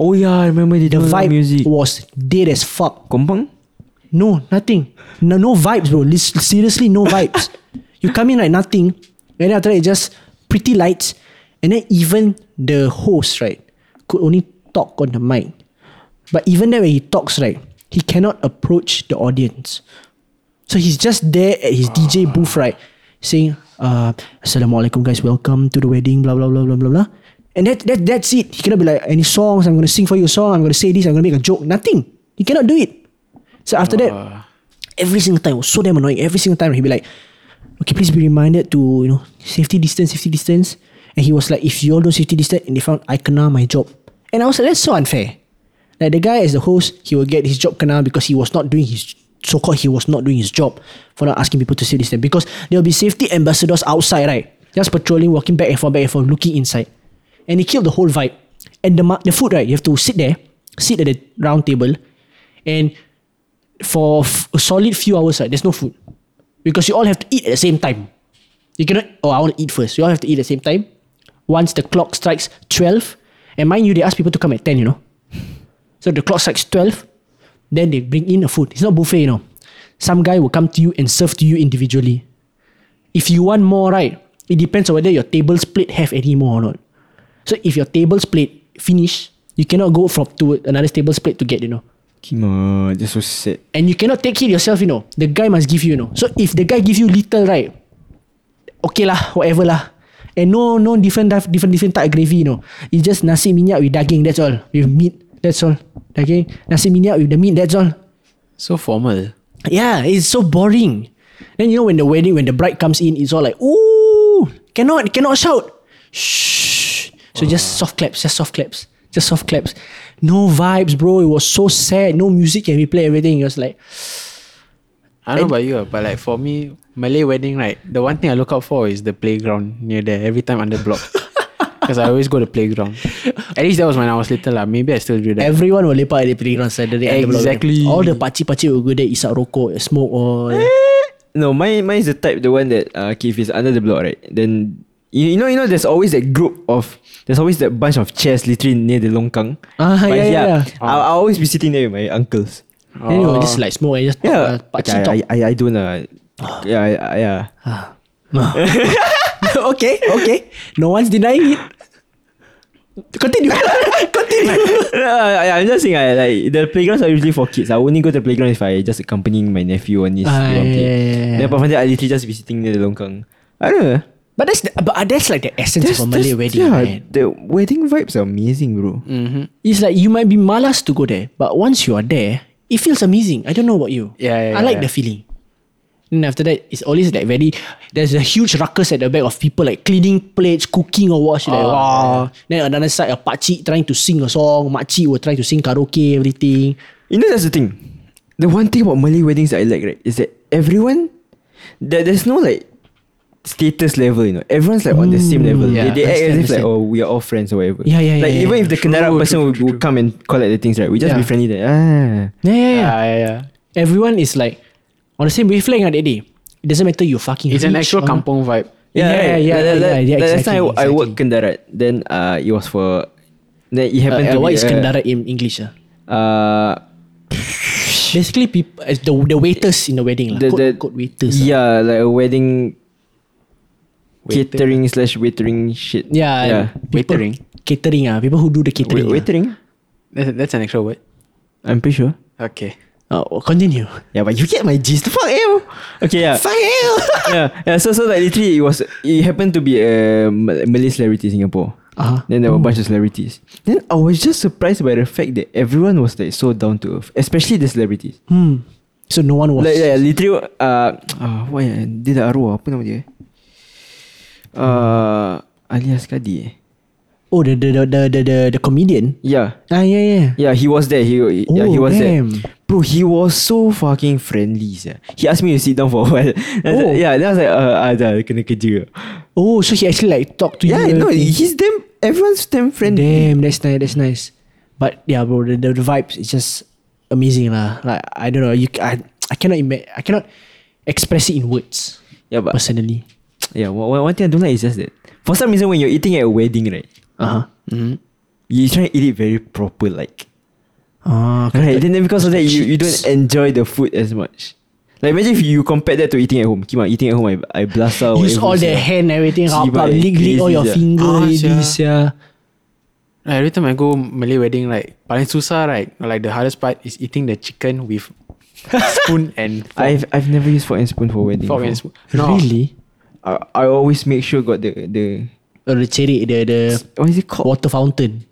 Speaker 3: Oh yeah, I remember they
Speaker 1: The
Speaker 3: don't
Speaker 1: vibe
Speaker 3: have music.
Speaker 1: was dead as fuck.
Speaker 3: Kompang?
Speaker 1: No, nothing. No, no vibes, bro. Lis- Seriously, no vibes. you come in like nothing, and then after that, it's just pretty lights, and then even the host right could only talk on the mic. But even then, when he talks right, he cannot approach the audience. So he's just there at his DJ booth, right? Saying, uh, Assalamualaikum guys, welcome to the wedding, blah blah blah blah blah blah. And that, that that's it. He cannot be like any songs, I'm gonna sing for you a song, I'm gonna say this, I'm gonna make a joke. Nothing. He cannot do it. So after that, every single time it was so damn annoying. Every single time he'd be like, Okay, please be reminded to, you know, safety distance, safety distance. And he was like, if you all don't safety distance and they found I kena my job. And I was like, that's so unfair. Like the guy as the host, he will get his job kena because he was not doing his so called he was not doing his job for not asking people to say this thing. Because there'll be safety ambassadors outside, right? Just patrolling, walking back and forth, back and forth, looking inside. And it killed the whole vibe. And the ma- the food, right? You have to sit there, sit at the round table, and for f- a solid few hours, right? There's no food. Because you all have to eat at the same time. You cannot, oh, I want to eat first. You all have to eat at the same time. Once the clock strikes 12, and mind you, they ask people to come at 10, you know. So the clock strikes 12, then they bring in a food. It's not buffet, you know. Some guy will come to you and serve to you individually. If you want more, right, it depends on whether your table's plate have any more or not. So if your table's plate finish, you cannot go from to another table's plate to get, you know.
Speaker 3: Kima, that's so sad.
Speaker 1: And you cannot take it yourself, you know. The guy must give you, you know. So if the guy give you little, right? Okay lah, whatever lah. And no, no different, type- different, different type of gravy, you know. It's just nasi minyak with daging. That's all. With meat. That's all. Daging, nasi minyak with the meat. That's all.
Speaker 4: So formal.
Speaker 1: Yeah, it's so boring. Then you know when the wedding, when the bride comes in, it's all like, ooh, cannot, cannot shout. Shh. So just soft claps, just soft claps, just soft claps. No vibes, bro. It was so sad. No music can we play everything. It was like,
Speaker 4: I don't know about you, ah, but like for me, Malay wedding, right? The one thing I look out for is the playground near there. Every time under block, because I always go to playground. At least that was when I was little, lah. Maybe I still do that.
Speaker 1: Everyone will lepak at the playground Saturday. at the block.
Speaker 4: Exactly.
Speaker 1: All the pakcik-pakcik will go there, isap rokok, smoke or...
Speaker 3: No, mine mine is the type the one that uh, okay, if it's under the block, right? Then you, you know you know there's always that group of there's always that bunch of chairs literally near the longkang.
Speaker 1: Ah,
Speaker 3: But
Speaker 1: yeah, yeah, yeah.
Speaker 3: I'll, I'll always be sitting there with my uncles.
Speaker 1: Then you will just like smoke and just talk,
Speaker 3: Yeah,
Speaker 1: uh, pakcik
Speaker 3: okay, I, I I don't uh, yeah I, I, yeah.
Speaker 1: talk. okay, okay. No one's denying it. Continue. Continue.
Speaker 3: I, I'm just saying I, like the playgrounds are usually for kids. I only go to the playground if I just accompanying my nephew on his
Speaker 1: Ah,
Speaker 3: long
Speaker 1: yeah,
Speaker 3: trip.
Speaker 1: yeah, yeah, yeah.
Speaker 3: Then apart from that, I literally just be sitting near the longkang. I don't know.
Speaker 1: But that's the, but uh, that's like the essence
Speaker 3: That's-
Speaker 1: of a Malay
Speaker 3: that's-
Speaker 1: wedding,
Speaker 3: yeah,
Speaker 1: man.
Speaker 3: The wedding vibes are amazing, bro.
Speaker 1: It's like you might be malas to go there, but once you are there, it feels amazing. I don't know about you.
Speaker 4: Yeah, yeah,
Speaker 1: I
Speaker 4: yeah,
Speaker 1: like the
Speaker 4: yeah.
Speaker 1: feeling. And after that, it's always like very. There's a huge ruckus at the back of people like cleaning plates, cooking or what. She
Speaker 3: Ah,
Speaker 1: like wow. Then on the other side, a pakcik trying to sing a song. Makcik will try to sing karaoke, everything.
Speaker 3: You know that's the thing. The one thing about Malay weddings that I like, right, is that everyone there, there's no like status level, you know. Everyone's like on the same level.
Speaker 4: yeah.
Speaker 3: they they act as
Speaker 1: Understand,
Speaker 3: if like
Speaker 1: understand.
Speaker 3: oh we are all friends or whatever.
Speaker 1: Yeah, yeah, yeah,
Speaker 3: Like
Speaker 1: yeah,
Speaker 3: even
Speaker 1: yeah.
Speaker 3: if the Kanara
Speaker 4: True,
Speaker 3: person
Speaker 4: true,
Speaker 3: will,
Speaker 4: true,
Speaker 3: will come and collect the things, right? We just
Speaker 1: Yeah.
Speaker 3: be friendly then. Ah.
Speaker 1: Yeah, yeah, yeah.
Speaker 4: yeah, yeah, yeah.
Speaker 1: Everyone is like on the same wavelength at that day. It doesn't matter you fucking.
Speaker 4: It's an
Speaker 1: rich
Speaker 4: actual
Speaker 1: or-
Speaker 4: kampong vibe.
Speaker 1: Yeah, yeah, yeah,
Speaker 3: that-
Speaker 1: yeah,
Speaker 3: that-
Speaker 1: yeah,
Speaker 3: that- That's
Speaker 1: exactly,
Speaker 3: how I
Speaker 1: exactly.
Speaker 3: work Kendarat. Then uh, it was for. Then it
Speaker 1: Uh,
Speaker 3: happened
Speaker 1: uh,
Speaker 3: to
Speaker 1: what
Speaker 3: be,
Speaker 1: is
Speaker 3: uh,
Speaker 1: kendara in English? ah?
Speaker 3: Uh,
Speaker 1: Basically, people uh, the the waiters in the wedding lah.
Speaker 3: the, the,
Speaker 1: Code, code waiters. ah.
Speaker 3: Yeah, like a wedding
Speaker 4: Waiter.
Speaker 3: catering slash waitering shit.
Speaker 1: Yeah.
Speaker 3: yeah.
Speaker 1: people-
Speaker 4: Waitering.
Speaker 1: Catering ah, people who do the catering. ah.
Speaker 3: Wait, waitering?
Speaker 4: That's, that's an actual word.
Speaker 3: I'm pretty sure.
Speaker 4: Okay.
Speaker 1: Uh, oh, continue.
Speaker 3: Yeah, but you get my gist. Fuck eh? you. Okay, yeah.
Speaker 1: Fuck you.
Speaker 3: yeah, Ah, yeah. So, so like literally, it was it happened to be a Mal- Malay celebrity in Singapore.
Speaker 1: Uh-huh.
Speaker 3: Then there were a bunch of celebrities. Then I was just surprised by the fact that everyone was like so down to earth, especially the celebrities.
Speaker 1: Hmm. So no one was.
Speaker 3: Like, yeah, literally, uh, uh, what ya? Dia dah arwah, apa nama dia? Uh, Ali Askadi eh?
Speaker 1: Oh, the the the the the, the, the comedian.
Speaker 3: Yeah.
Speaker 1: Ah yeah yeah.
Speaker 3: Yeah, he was there. He, he- yeah, he
Speaker 1: Oh,
Speaker 3: was
Speaker 1: damn.
Speaker 3: there. Bro, he was so fucking friendly. Sia. He asked me to sit down for a while. Then I was
Speaker 1: Oh.
Speaker 3: like, yeah, then I was like, uh, ah, dah, kena kerja.
Speaker 1: Oh, so he actually like talked to
Speaker 3: Yeah,
Speaker 1: you.
Speaker 3: no,
Speaker 1: everything.
Speaker 3: he's damn, everyone's damn friendly.
Speaker 1: Damn, that's nice. That's nice. But yeah, bro, the, the, the vibes is just amazing lah. Like I don't know, you c- I I cannot ima- I cannot express it in words
Speaker 3: Yeah, but
Speaker 1: personally.
Speaker 3: yeah, one, one- one thing I don't like is just that. For some reason, when you're eating at a wedding, right, Uh-huh.
Speaker 1: Uh huh.
Speaker 3: you try to eat it very proper, like.
Speaker 1: Ah,
Speaker 3: Right,
Speaker 1: correct.
Speaker 3: then, then because of that, you, you don't
Speaker 1: cheeks.
Speaker 3: enjoy the food as much. Like imagine if you compare that to eating at home. Kima, eating at home, I, I blast out.
Speaker 1: Use
Speaker 3: whatever,
Speaker 1: all the
Speaker 3: sia.
Speaker 1: hand everything,
Speaker 3: See,
Speaker 1: up, up,
Speaker 3: but it-
Speaker 1: lick, lick
Speaker 3: it
Speaker 1: all
Speaker 3: is,
Speaker 1: your
Speaker 3: yeah.
Speaker 1: finger eh,
Speaker 4: Ah,
Speaker 1: already,
Speaker 4: sia.
Speaker 1: sia.
Speaker 4: Like, every time I go Malay wedding, like paling susah, right? Like the hardest part is eating the chicken with spoon and fork.
Speaker 3: I've I've never used fork and spoon for wedding.
Speaker 4: fork and
Speaker 3: before.
Speaker 4: spoon. No,
Speaker 1: Really?
Speaker 3: I, I always make sure got the the
Speaker 1: Oh, the cherry, the the
Speaker 3: what is it called?
Speaker 1: water fountain.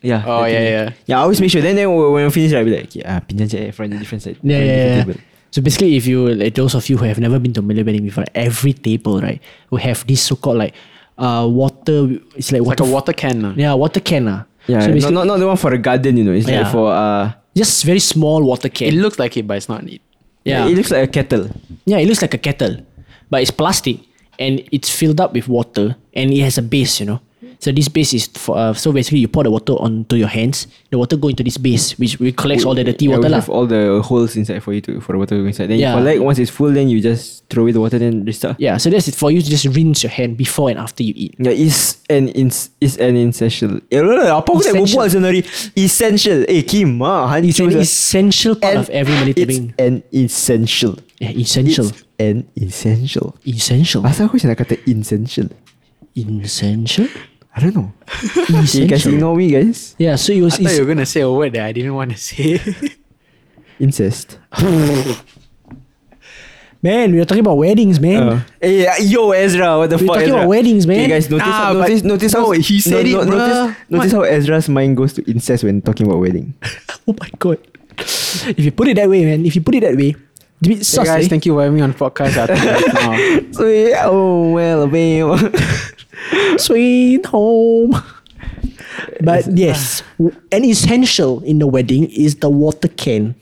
Speaker 3: Yeah. that
Speaker 4: Oh, yeah,
Speaker 3: thing.
Speaker 4: yeah.
Speaker 3: Yeah, I always make sure. Then then when when I finish, I'll be like, okay, ah, pinjam je eh, from the different
Speaker 1: Yeah,
Speaker 3: side. from the
Speaker 1: yeah,
Speaker 3: different
Speaker 1: yeah.
Speaker 3: table.
Speaker 1: So basically, if you like those of you who have never been to Malay wedding before, every table right will have this so-called like uh water. It's like
Speaker 4: it's like
Speaker 1: water.
Speaker 4: a water can. lah.
Speaker 1: yeah, water can ah.
Speaker 3: Yeah,
Speaker 1: So basically,
Speaker 3: not, not not the one for the garden, you know. It's
Speaker 1: Yeah.
Speaker 3: like for uh,
Speaker 1: just very small water
Speaker 4: It
Speaker 1: can.
Speaker 4: looks like it, but it's not it.
Speaker 1: yeah.
Speaker 3: It looks like a kettle.
Speaker 1: yeah, it looks like a kettle, but it's plastic and it's filled up with water and it has a base, you know. So this base is for uh, so basically you pour the water onto your hands. The water go into this base, which we collects all the dirty
Speaker 3: yeah,
Speaker 1: water
Speaker 3: we
Speaker 1: lah.
Speaker 3: have all the holes inside for you to for the water to go inside. Then
Speaker 1: Yeah.
Speaker 3: you collect once it's full, then you just throw away the water, then restart.
Speaker 1: Yeah, so that's it for you to just rinse your hand before and after you eat.
Speaker 3: Yeah, it's an ins it's an essential. Eh, lah, lah, Apa aku tak
Speaker 1: Essential.
Speaker 3: berbual sendiri? Essential. Eh, Kim, ah, honey,
Speaker 1: It's an essential part of every Malay
Speaker 3: It's
Speaker 1: table.
Speaker 3: an essential.
Speaker 1: Yeah, essential.
Speaker 3: It's an essential.
Speaker 1: essential.
Speaker 3: Asal aku nak kata essential?
Speaker 1: Essential.
Speaker 3: I don't know. You guys
Speaker 1: Essential.
Speaker 3: ignore me, guys.
Speaker 1: Yeah, so it was.
Speaker 4: I thought
Speaker 1: Is,
Speaker 4: you were gonna say a word that I didn't want to say.
Speaker 3: Incest.
Speaker 1: man, we were talking about weddings, man.
Speaker 3: Uh, eh, yo, Ezra, what the
Speaker 1: We're
Speaker 3: fuck?
Speaker 1: talking
Speaker 3: Ezra?
Speaker 1: about weddings, man.
Speaker 3: Okay, guys, notice, how,
Speaker 4: Ah, but-
Speaker 3: notice, notice how
Speaker 4: no, he said it, bruh.
Speaker 3: Notice, notice how Ezra's mind goes to incest when talking about wedding.
Speaker 1: Oh my god. If you put it that way, man. If you put it that way, it's a bit
Speaker 4: Hey
Speaker 1: sus,
Speaker 4: guys,
Speaker 1: eh?
Speaker 4: thank you for having me on podcast. I think that's now.
Speaker 3: so yeah, oh well, babe.
Speaker 1: Sweet home. But yes, w- an essential in the wedding is the water can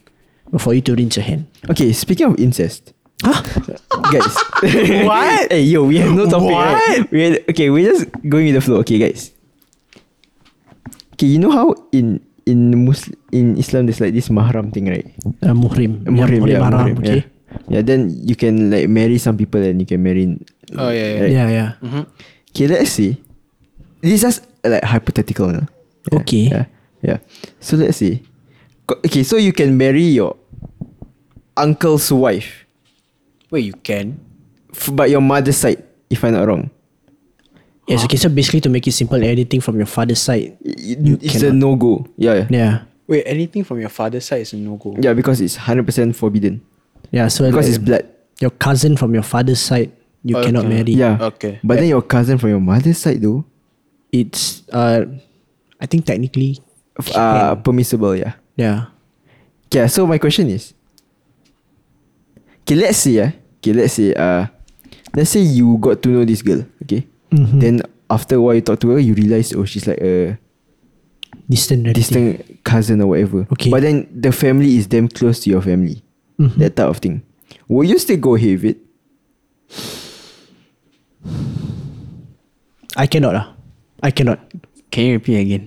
Speaker 1: for you to rinse your hand.
Speaker 3: okay, speaking of incest. guys. what? Hey, yo, we have no topic. Right? We had, okay, we're just going with the flow. Okay, guys. Okay, you know how in in Muslim in Islam there's like this mahram thing, right?
Speaker 1: Uh, muhrim. Yeah,
Speaker 3: Mahram, yeah,
Speaker 1: haram,
Speaker 3: mahram,
Speaker 1: okay.
Speaker 3: Yeah. yeah, then you can like marry some people and you can marry.
Speaker 4: Oh, yeah, yeah.
Speaker 3: right?
Speaker 1: Yeah, yeah.
Speaker 3: Okay, let's see. This is just uh, like hypothetical. No? Yeah,
Speaker 1: Okay.
Speaker 3: Yeah. Yeah. So let's see. Co- Okay, so you can marry your uncle's wife,
Speaker 4: Wait, you can?
Speaker 3: f- but your mother's side, if I'm not wrong.
Speaker 1: Yes, okay. So basically, to make it simple, anything from your father's side.
Speaker 3: I- i-
Speaker 1: You
Speaker 3: it's a
Speaker 1: cannot.
Speaker 3: no go. Yeah, yeah.
Speaker 1: Yeah.
Speaker 4: Wait, anything from your father's side is a no go.
Speaker 3: Yeah, because it's hundred percent forbidden.
Speaker 1: Yeah, so
Speaker 3: Because
Speaker 1: like,
Speaker 3: it's blood.
Speaker 1: Your cousin from your father's side, you
Speaker 4: Okay.
Speaker 1: cannot marry.
Speaker 3: Yeah.
Speaker 4: Okay.
Speaker 3: But then your cousin from your mother's side though,
Speaker 1: It's uh, I think technically,
Speaker 3: f- uh, permissible. Yeah.
Speaker 1: yeah.
Speaker 3: Okay, so my question is Okay, let's say yeah. Okay, let's say uh let's say you got to know this girl, okay?
Speaker 1: Mhm.
Speaker 3: Then after a while you talk to her, you realize oh she's like a
Speaker 1: Distant. relative.
Speaker 3: distant cousin or whatever.
Speaker 1: Okay.
Speaker 3: But then the family is damn close to your family.
Speaker 1: Mhm.
Speaker 3: That type of thing. Will you still go ahead with it?
Speaker 1: I cannot lah. I cannot.
Speaker 4: Can you repeat again?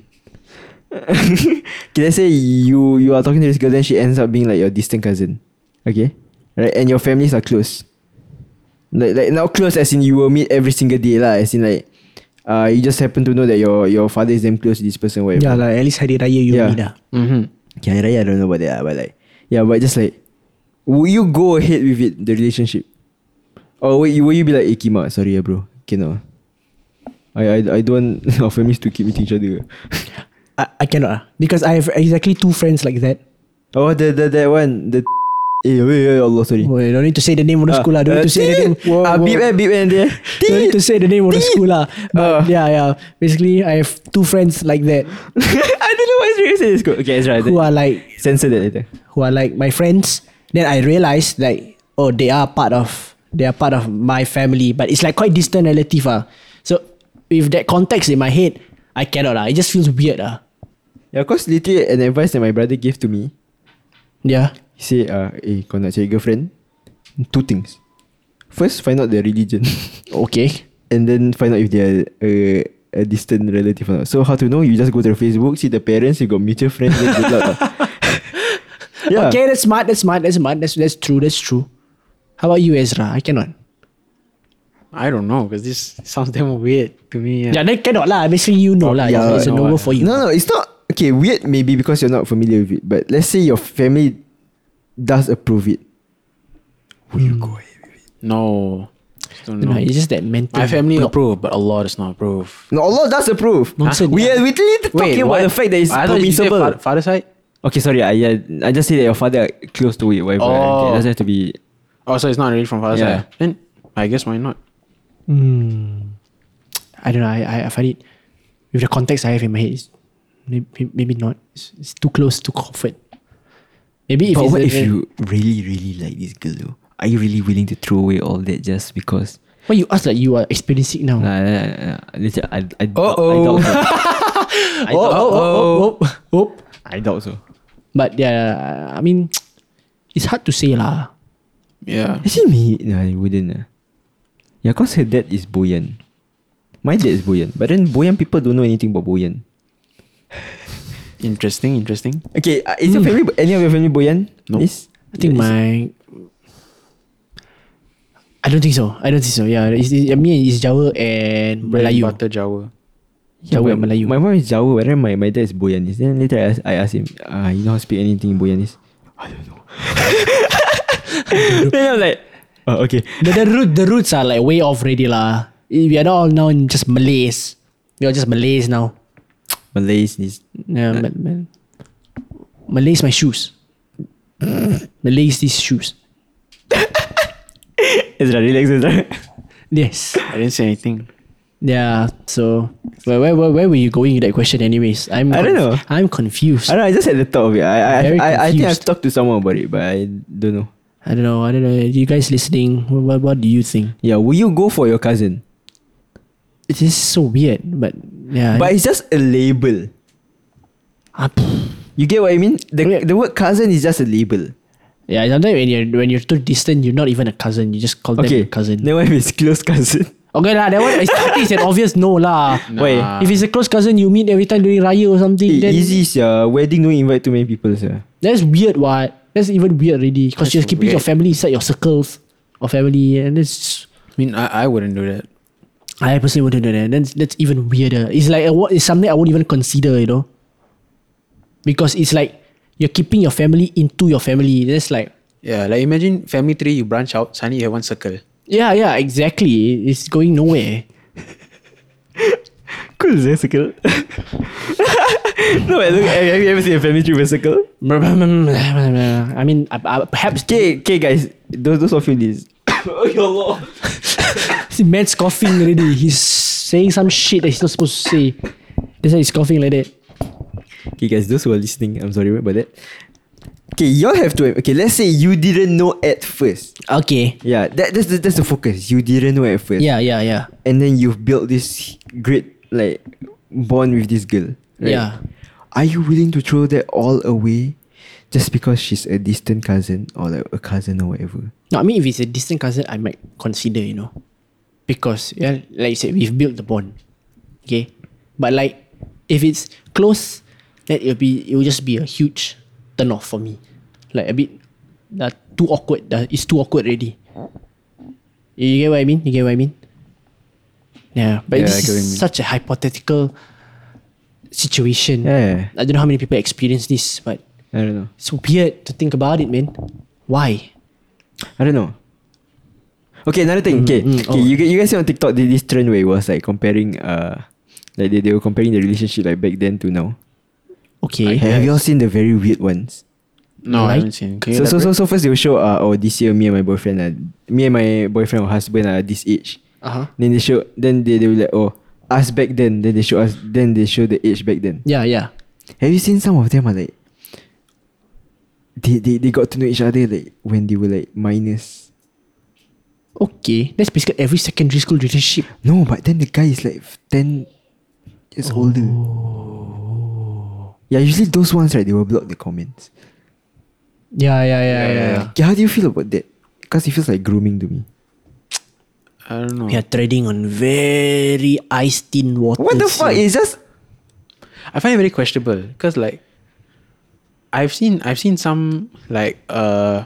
Speaker 3: Okay, let's say you you are talking to this girl, then she ends up being like your distant cousin. Okay? Right? And your families are close. Like, like now close as in you will meet every single day lah. As in like, uh, you just happen to know that your your father is damn close to this person. Whatever.
Speaker 1: Yeah, like at least Hari Raya you
Speaker 3: Yeah.
Speaker 1: meet lah.
Speaker 4: Mm-hmm.
Speaker 3: Yeah, Hari Raya, I don't know about that, ah, but like, yeah, but just like, will you go ahead with it, the relationship? Or will you, will you be like, eh, Kima, sorry, ah, bro, cannot. ah. I, I, I don't want our families to keep meeting each other.
Speaker 1: I, I cannot lah. Because I have exactly two friends like that.
Speaker 3: oh, the, the, that one, the, eh, eh, eh, Allah, sorry.
Speaker 1: Oh, you don't need to say the name of the school lah. Don't need to say the name.
Speaker 3: Ah, beep, eh, beep, eh, there.
Speaker 1: Don't need to say the name of the
Speaker 3: Tit.
Speaker 1: school lah. But
Speaker 3: Uh.
Speaker 1: yeah, yeah. Basically, I have two friends like that
Speaker 3: I don't know why Ezra said this. Okay, Ezra,
Speaker 1: who are like
Speaker 3: censor that later.
Speaker 1: who are like my friends. Then I realized like oh they are part of they are part of my family, but it's like quite distant relative ah. So with that context in my head, I cannot lah. It just feels weird ah.
Speaker 3: Yeah, cause literally an advice that my brother gave to me,
Speaker 1: Yeah.
Speaker 3: he said, uh, eh, kau nak cari girlfriend? Two things. First, find out their religion.
Speaker 1: Okay.
Speaker 3: and then find out if they are uh, a distant relative or not. So how to know? You just go to the Facebook, see the parents, you got mutual friends. then good luck. yeah.
Speaker 1: Okay, that's smart. That's smart. That's smart. That's that's true. That's true. How about you, Ezra? I cannot.
Speaker 4: I don't know because this sounds damn weird to me.
Speaker 1: Yeah, they cannot lah. Basically, you know lah.
Speaker 3: Yeah,
Speaker 1: it's, it's a
Speaker 4: I
Speaker 1: no
Speaker 4: know
Speaker 1: go
Speaker 4: lah.
Speaker 1: for you.
Speaker 3: No, no, it's not okay. Weird, maybe because you're not familiar with it. But let's say your family does approve it.
Speaker 4: No. Just don't know.
Speaker 1: No, it's just that mental.
Speaker 4: My family
Speaker 1: block.
Speaker 4: approve, but Allah does not approve.
Speaker 3: No, Allah does approve.
Speaker 1: Nonsense.
Speaker 3: We are literally talking about the fact that it's
Speaker 4: I thought you said
Speaker 3: permissible.
Speaker 4: fa- father side?
Speaker 3: okay, sorry. I yeah, I just say that your father are close to it. Whatever.
Speaker 4: Oh.
Speaker 3: Okay, it doesn't have to be.
Speaker 4: Oh, so it's not really from father
Speaker 3: Yeah.
Speaker 4: side. Then I guess why not?
Speaker 1: Hmm. I don't know. I, I I find it with the context I have in my head. It's, maybe, maybe not. It's, it's too close to comfort. Maybe if
Speaker 3: but
Speaker 1: it's
Speaker 3: what
Speaker 1: the-
Speaker 3: if you really, really like this girl? Though? Are you really willing to throw away all that just because?
Speaker 1: Why you ask like you are experiencing now?
Speaker 3: Nah, nah, nah, nah. Listen, I, I, doubt-
Speaker 4: Uh-oh.
Speaker 3: I doubt so. I, doubt,
Speaker 1: oh, oh, oh, oh.
Speaker 3: I doubt so.
Speaker 1: But yeah, I mean, it's hard to say lah.
Speaker 4: Yeah.
Speaker 3: Actually, me, no, I wouldn't. Uh. Yeah, cause her dad is Boyan. My dad is Boyan, but then Boyan people don't know anything about Boyan.
Speaker 4: Interesting, interesting.
Speaker 3: Okay, uh, is your family any of your family Boyan? No. Is
Speaker 1: I think my. I don't think so. I don't think so. Yeah, it's, it's, I mean, it's Jawa and
Speaker 4: Bread and
Speaker 1: Melayu.
Speaker 4: Butter Jawa.
Speaker 1: Jawa and Melayu.
Speaker 3: My mom is Jawa, but then my, my dad is Boyan. Then later I ask, I ask him, uh, you know how to speak anything in Boyanese? I don't know. then I'm like, oh, okay.
Speaker 1: the, the root the roots are like way off already lah. We are not all now in just Malays. We are just Malays now.
Speaker 3: Malays is
Speaker 1: Yeah, Ma- Ma- Malays my shoes. Malays these shoes.
Speaker 3: Ezra, relax, Ezra.
Speaker 1: Yes.
Speaker 4: I didn't say anything.
Speaker 1: Yeah. So where where where, where were you going with that question? Anyways, I'm
Speaker 3: I don't know.
Speaker 1: I'm confused.
Speaker 3: I don't know, I just had the thought of it. I I,
Speaker 1: Very
Speaker 3: I, I think I've
Speaker 1: confused.
Speaker 3: talked to someone about it, but I don't know.
Speaker 1: I don't know. I don't know. You guys listening? What what, what do you think?
Speaker 3: Yeah, will you go for your cousin?
Speaker 1: It is so weird, but yeah.
Speaker 3: But it's just a label.
Speaker 1: Ah, pff.
Speaker 3: You get what I mean? The
Speaker 1: Yeah.
Speaker 3: the word cousin is just a label.
Speaker 1: yeah. Sometimes when you're when you're too distant, you're not even a cousin. You just call them
Speaker 3: Okay,
Speaker 1: a cousin.
Speaker 3: Then what if it's close cousin?
Speaker 1: Okay lah, that one is, I think it's an obvious no lah.
Speaker 3: Wait,
Speaker 1: If it's a close cousin you meet every time during Raya or something,
Speaker 3: eh,
Speaker 1: then
Speaker 3: easy is uh, wedding don't invite too many people, sir.
Speaker 1: that's weird what? That's even weird already. Because you're keeping your family inside your circles of family and it's
Speaker 4: I mean, I, I wouldn't do that.
Speaker 1: I personally wouldn't do that. That's, that's even weirder. It's like a, what- it's something I won't even consider, you know. Because it's like you're keeping your family into your family. That's like
Speaker 4: Yeah, like imagine family tree, you branch out, suddenly you have one circle.
Speaker 1: yeah, yeah, exactly. It's going nowhere.
Speaker 3: Cool, is circle. no, I look, have you ever seen a family tree with a circle?
Speaker 1: I mean, I, I, perhaps
Speaker 3: Okay, okay, guys, those those of you this.
Speaker 1: See, man's coughing already. He's saying some shit that he's not supposed to say. That's why he's coughing like that.
Speaker 3: Okay, guys, those who are listening, I'm sorry about that. Okay, y'all have to. Okay, let's say you didn't know at first.
Speaker 1: Okay.
Speaker 3: Yeah, that, that's the, that's the focus. You didn't know at first.
Speaker 1: Yeah, yeah, yeah.
Speaker 3: and then you've built this great like bond with this girl. right?
Speaker 1: Yeah.
Speaker 3: Are you willing to throw that all away just because she's a distant cousin or like a cousin or whatever?
Speaker 1: No, I mean, if it's a distant cousin, I might consider, you know. Because, yeah, like you said, we've built the bond. Okay. But, like, if it's close, then it'll be, it'll just be a huge turn off for me. Like, a bit uh, too awkward. Uh, it's too awkward already. You, you get what I mean? You get what I mean? Yeah, but
Speaker 3: Yeah, I
Speaker 1: this
Speaker 3: get what you
Speaker 1: is
Speaker 3: mean.
Speaker 1: such a hypothetical situation.
Speaker 3: Yeah.
Speaker 1: I don't know how many people experience this, but
Speaker 3: I don't know.
Speaker 1: it's weird to think about it, man. Why?
Speaker 3: I don't know. Okay, another thing. Okay,
Speaker 1: mm,
Speaker 3: okay
Speaker 1: oh.
Speaker 3: you, gu- you guys see on TikTok thi- this trend where it was like comparing uh like they, they were comparing the relationship like back then to now.
Speaker 1: Okay.
Speaker 3: Have you all seen the very weird ones?
Speaker 4: No, I
Speaker 1: Like-
Speaker 4: haven't seen. Can you
Speaker 3: so so so
Speaker 4: elaborate?
Speaker 3: so first they will show uh oh this year me and my boyfriend uh, me and my boyfriend or husband are this age.
Speaker 1: Uh-huh.
Speaker 3: Then they show then they, they will like oh us back then then they show us then they show the age back then.
Speaker 1: Yeah, yeah.
Speaker 3: Have you seen some of them are like they, they they got to know each other like when they were like minors.
Speaker 1: Okay. That's basically every secondary school relationship.
Speaker 3: No, but then the guy is like f- 10 years older. Yeah, usually those ones, right, they will block the comments.
Speaker 1: Yeah, yeah,
Speaker 3: Ya,
Speaker 1: yeah, yeah. yeah,
Speaker 3: uh, Yeah, how do you feel about that? Because it feels like grooming to me.
Speaker 4: I don't know.
Speaker 1: We are treading on very ice thin water.
Speaker 3: What the fuck? It's just.
Speaker 4: I find it very questionable because like I've seen I've seen some like uh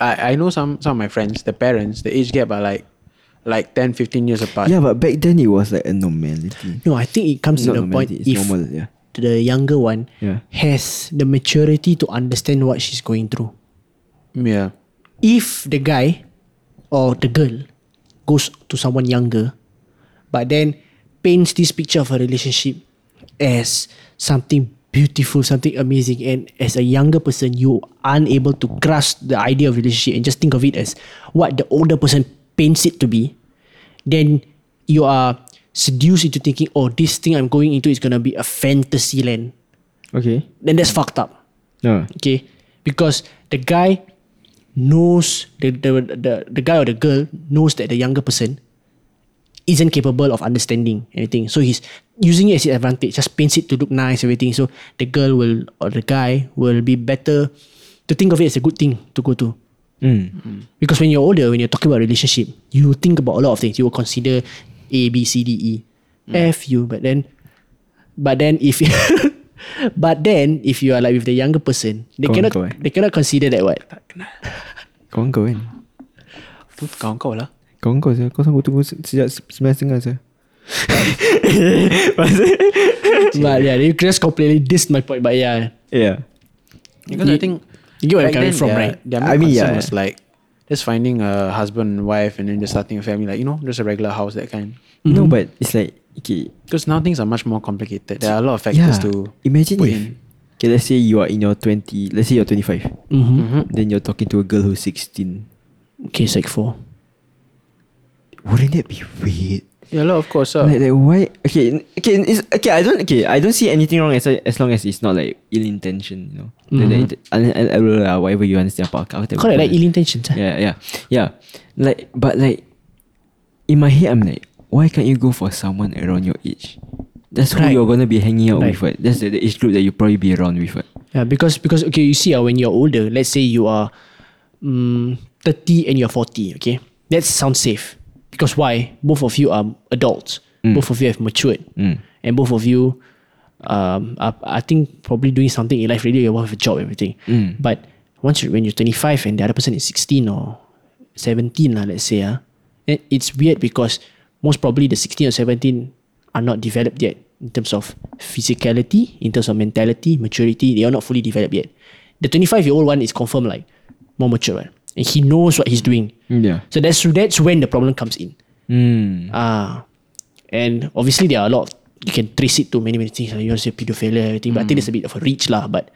Speaker 4: I, I know some some of my friends the parents the age gap are like like 10 15 years apart
Speaker 3: Yeah, but back then it was like a normality.
Speaker 1: No, I think it comes to
Speaker 3: Not
Speaker 1: the point
Speaker 3: normality, it's
Speaker 1: if
Speaker 3: normal, yeah.
Speaker 1: the younger one
Speaker 3: Yeah.
Speaker 1: has the maturity to understand what she's going through.
Speaker 4: yeah
Speaker 1: If the guy or the girl goes to someone younger, but then paints this picture of a relationship as something beautiful, something amazing, and as a younger person, you aren't able to grasp the idea of relationship and just think of it as what the older person paints it to be, then you are seduced into thinking, oh, this thing I'm going into is gonna be a fantasy land.
Speaker 3: Okay.
Speaker 1: Then that's fucked up.
Speaker 3: No.
Speaker 1: Okay, because the guy knows the the, the the guy or the girl knows that the younger person isn't capable of understanding anything. So he's using it as his advantage, just paints it to look nice, everything. So the girl will or the guy will be better to think of it as a good thing to go to. Because when you're older, when you're talking about relationship, you think about a lot of things. You will consider A, B, C, D, E, F, U. But then, but then if, but then if you are like with the younger person, they
Speaker 3: Kawan
Speaker 1: cannot
Speaker 3: kau eh?
Speaker 1: they cannot consider that what.
Speaker 3: Kawan kau kan?
Speaker 4: tu kawan kau lah
Speaker 3: Kawan kau saya. Kau sanggup tunggu se- sejak se- sembilan setengah saya.
Speaker 1: but yeah, you just completely dissed my point. But yeah,
Speaker 3: Yeah.
Speaker 4: because I think
Speaker 1: you get where I'm
Speaker 4: back
Speaker 1: coming
Speaker 4: then,
Speaker 1: from,
Speaker 4: their-
Speaker 1: right?
Speaker 4: their
Speaker 3: I
Speaker 4: main
Speaker 3: mean,
Speaker 4: concern
Speaker 3: yeah.
Speaker 4: was like just finding a husband and wife and then just starting a family like you know just a regular house that kind
Speaker 3: No,
Speaker 1: Mm-hmm.
Speaker 3: but it's like. Okay.
Speaker 4: because now things are much more complicated there are a lot of factors to
Speaker 3: Imagine
Speaker 4: put
Speaker 3: if.
Speaker 4: in.
Speaker 3: Okay, let's say you are in your 20. Let's say you're 25.
Speaker 4: Mm-hmm.
Speaker 3: Then you're talking to a girl who's 16.
Speaker 1: Mm-hmm. Okay, sec four.
Speaker 3: Wouldn't that be weird?
Speaker 4: yeah a lot of course uh,
Speaker 3: Like, like why? Okay, n- okay, n- it's, okay. I don't okay. I don't see anything wrong as as long as it's not like ill intention. You know, Like, like, it- and- and- and blah, blah, blah, whatever you understand. Pak, aku
Speaker 1: Mm-hmm.
Speaker 3: tak
Speaker 1: Correct, like
Speaker 3: tahu.
Speaker 1: ill intentions. ah.
Speaker 3: Yeah, yeah, yeah. Like, but like, in my head, I'm like, why can't you go for someone around your age? That's who
Speaker 1: Right.
Speaker 3: you're gonna be hanging out
Speaker 1: Right.
Speaker 3: with. What? That's the, the age group that you probably be around with. What?
Speaker 1: Yeah, because because okay, you see, uh, when you're older, let's say you are um, 30 and you're 40, okay? That sounds safe. Because why? Both of you are adults. Both of you have matured. And both of you um are, I think probably doing something in life really you have a job, everything. But once you when you're 25 and the other person is 16 or 17, lah, let's say, uh, it's weird because most probably the 16 or 17 are not developed yet in terms of physicality, in terms of mentality, maturity. They are not fully developed yet. The 25 year old one is confirmed like more mature, right? And he knows what he's doing.
Speaker 3: Yeah.
Speaker 1: So that's that's when the problem comes in. Ah, and obviously there are a lot. Of, you can trace it to many many things. Like you want to say pedophilia, everything. But I think it's a bit of a reach lah. But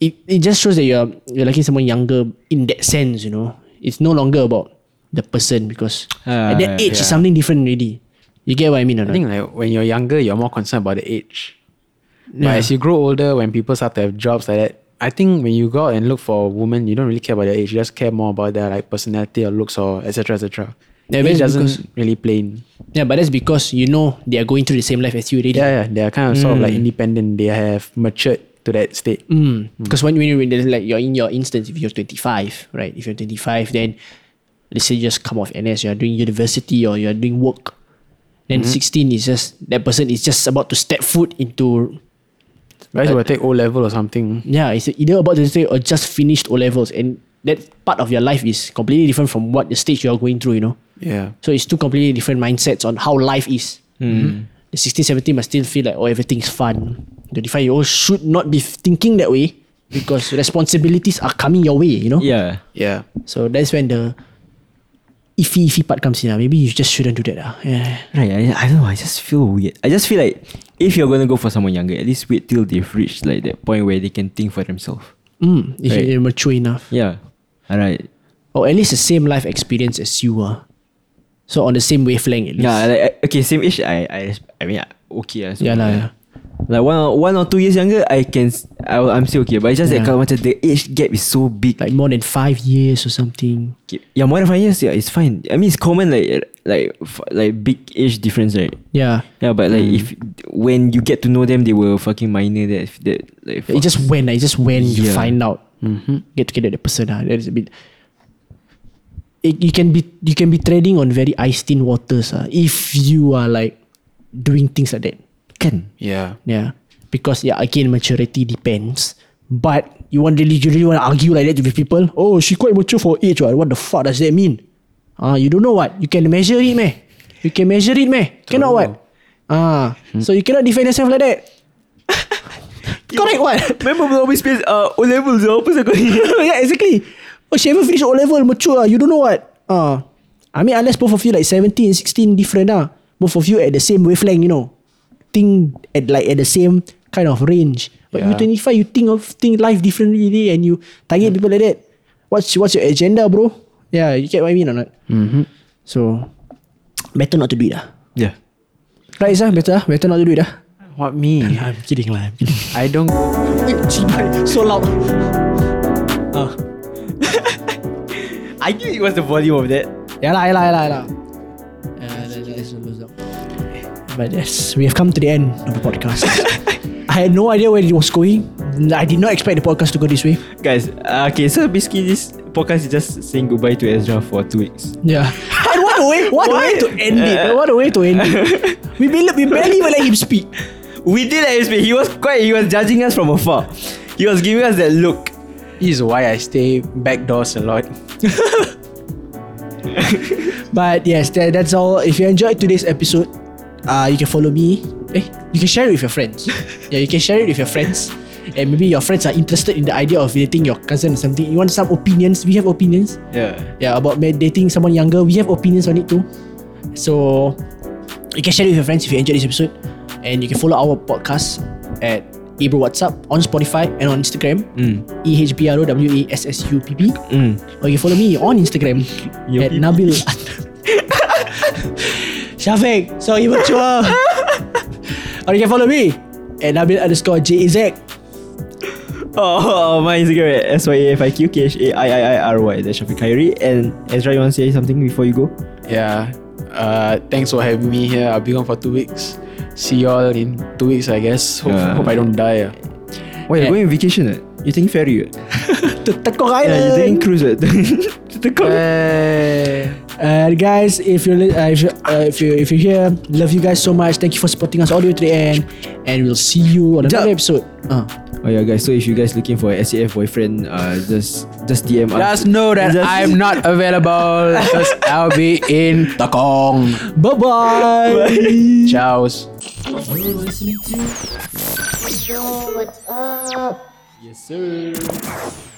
Speaker 1: it, it just shows that you're you're liking someone younger in that sense. You know, it's no longer about the person because
Speaker 3: Ah,
Speaker 1: at that age it's something different already. You get what I mean or
Speaker 4: I
Speaker 1: not?
Speaker 4: think like when you're younger, you're more concerned about the age. But
Speaker 1: Yeah.
Speaker 4: as you grow older, when people start to have jobs like that, I think when you go out and look for a woman, you don't really care about their age. You just care more about their like personality or looks or etc. etc.
Speaker 1: Yeah,
Speaker 4: Age
Speaker 1: that's
Speaker 4: doesn't
Speaker 1: because-
Speaker 4: really play. In.
Speaker 1: yeah, but that's because you know they are going through the same life as you already.
Speaker 4: Yeah, yeah, they are kind of sort of like
Speaker 1: Mm.
Speaker 4: independent. They have matured to that state.
Speaker 1: Hmm. Because when, when you when there's like you're in your instance, if you're 25, right? If you're 25, then let's say you just come off NS, you're doing university or you're doing work. Then 16 is just that person is just about to step foot into
Speaker 4: Right, so I take O level or something.
Speaker 1: yeah, it's either about to say or just finished O levels and that part of your life is completely different from what the stage you're going through, you know.
Speaker 4: Yeah.
Speaker 1: So it's two completely different mindsets on how life is.
Speaker 3: Hmm.
Speaker 1: The 16, 17 must still feel like, oh, everything's fun. The 25 year old should not be thinking that way because responsibilities are coming your way, you know?
Speaker 3: Yeah.
Speaker 4: Yeah.
Speaker 1: So that's when the iffy, iffy part comes in. ah. Maybe you just shouldn't do that. ah. Yeah.
Speaker 3: Right, I, I don't know. I just feel weird. I just feel like if you're gonna go for someone younger, at least wait till they've reached like that point where they can think for themselves.
Speaker 1: Mm, if
Speaker 3: Right.
Speaker 1: you're mature enough.
Speaker 3: Yeah. Alright.
Speaker 1: Or at least the same life experience as you are. So on the same wavelength at least.
Speaker 3: Yeah. Like I- okay, same age. I I res- I mean I- okay. I
Speaker 1: Yeah, lah, yeah.
Speaker 3: Like one or, one or two years younger, I can s- I will- I'm still okay. But it's just that
Speaker 1: Yeah.
Speaker 3: kalau macam the age gap is so big.
Speaker 1: Like more than five years or something.
Speaker 3: Okay. Yeah, more than five years. Yeah, it's fine. I mean, it's common like uh, like f- like big age difference, right?
Speaker 1: Yeah.
Speaker 3: Yeah, but like
Speaker 1: Mm.
Speaker 3: if when you get to know them, they were fucking minor. That that like
Speaker 1: It just when, ah, it's just when you
Speaker 3: Yeah.
Speaker 1: find out. Get together with the person. ah. That is a bit it, you can be you can be trading on very iced in waters ah, if you are like doing things like that.
Speaker 3: can.
Speaker 4: Yeah.
Speaker 1: Yeah. Because yeah, again, maturity depends. But you want really, you really want to argue like that with people? Oh, she quite mature for age. ah. What? What the fuck does that mean? Ah, you don't know what? You can measure it, meh? You can measure it, meh? Cannot what? Ah, so you cannot defend yourself like that. Correct what?
Speaker 3: Remember we always play uh, O levels. Apa sah kau?
Speaker 1: yeah, exactly. Oh, she haven't finished O level, mature. ah. You don't know what? Ah, I mean, unless both of you like 17 and 16 different ah, both of you at the same wavelength, you know, think at like at the same kind of range. But you
Speaker 4: Yeah.
Speaker 1: 25, you think of think life differently already and you target people like that. What's what's your agenda, bro? Yeah, you get what I mean or not? Mm-hmm. So better not to do it ah.
Speaker 3: Yeah.
Speaker 1: Right, Isa? Better ah? Better not to do it ah.
Speaker 4: What me?
Speaker 1: I'm kidding lah. I'm kidding.
Speaker 4: I don't.
Speaker 1: so loud.
Speaker 3: I knew it was the volume of that.
Speaker 1: Ya lah, ya lah, ya lah, ya lah. Uh, let's- let's close up. But yes, we have come to the end of the podcast. I had no idea where it was going. I did not expect the podcast to go this way.
Speaker 3: Guys, uh, okay, so basically this podcast is just saying goodbye to Ezra for two weeks.
Speaker 1: Yeah. And what a way, what, a way to end it. What a way to end it. We barely, we barely even let him speak.
Speaker 3: We did let him speak. He was quite. He was judging us from afar. He was giving us that look.
Speaker 4: This is why I stay back doors a lot.
Speaker 1: But yes, that, that's all. If you enjoyed today's episode, uh, you can follow me. Eh, you can share it with your friends. yeah, you can share it with your friends. And maybe your friends are interested in the idea of dating your cousin or something. You want some opinions? We have opinions.
Speaker 3: Yeah.
Speaker 1: yeah, about ma- dating someone younger. We have opinions on it too. So you can share it with your friends if you enjoyed this episode. And you can follow our podcast at Ebro WhatsApp on Spotify and on Instagram.
Speaker 3: Mm.
Speaker 1: E H B R O W A S S U P P. Or you can follow me on Instagram
Speaker 3: Your
Speaker 1: at
Speaker 3: pee-pee.
Speaker 1: Nabil. Shafiq, so immature. or you can follow me at Nabil underscore J A Z.
Speaker 3: Oh, my Instagram at S Y A F I Q K H A I I I R Y. That's Shafiq Khairi. And Ezra, you want to say something before you go?
Speaker 4: Yeah. Uh, thanks for having me here. I'll be gone for two weeks. See y'all in two weeks, I guess. Hope,
Speaker 3: Yeah.
Speaker 4: hope I don't die. ah.
Speaker 3: Why
Speaker 1: you're
Speaker 3: going on vacation? eh? You taking ferry?
Speaker 1: To Tekong Island.
Speaker 3: Yeah, you Eh, taking cruise? Eh.
Speaker 1: And guys, if you're li- uh, if you uh, if you if you're here, love you guys so much. Thank you for supporting us all the way to the end, and we'll see you on another
Speaker 3: Jap.
Speaker 1: episode. Uh.
Speaker 3: Oh yeah, guys. So if you guys looking for a SAF boyfriend, uh, just just DM us.
Speaker 4: Just know that
Speaker 3: Just-
Speaker 4: I'm not available because I'll be in Tekong.
Speaker 1: Bye bye.
Speaker 4: Ciao.
Speaker 2: Yo, what's up?
Speaker 3: Yes, sir.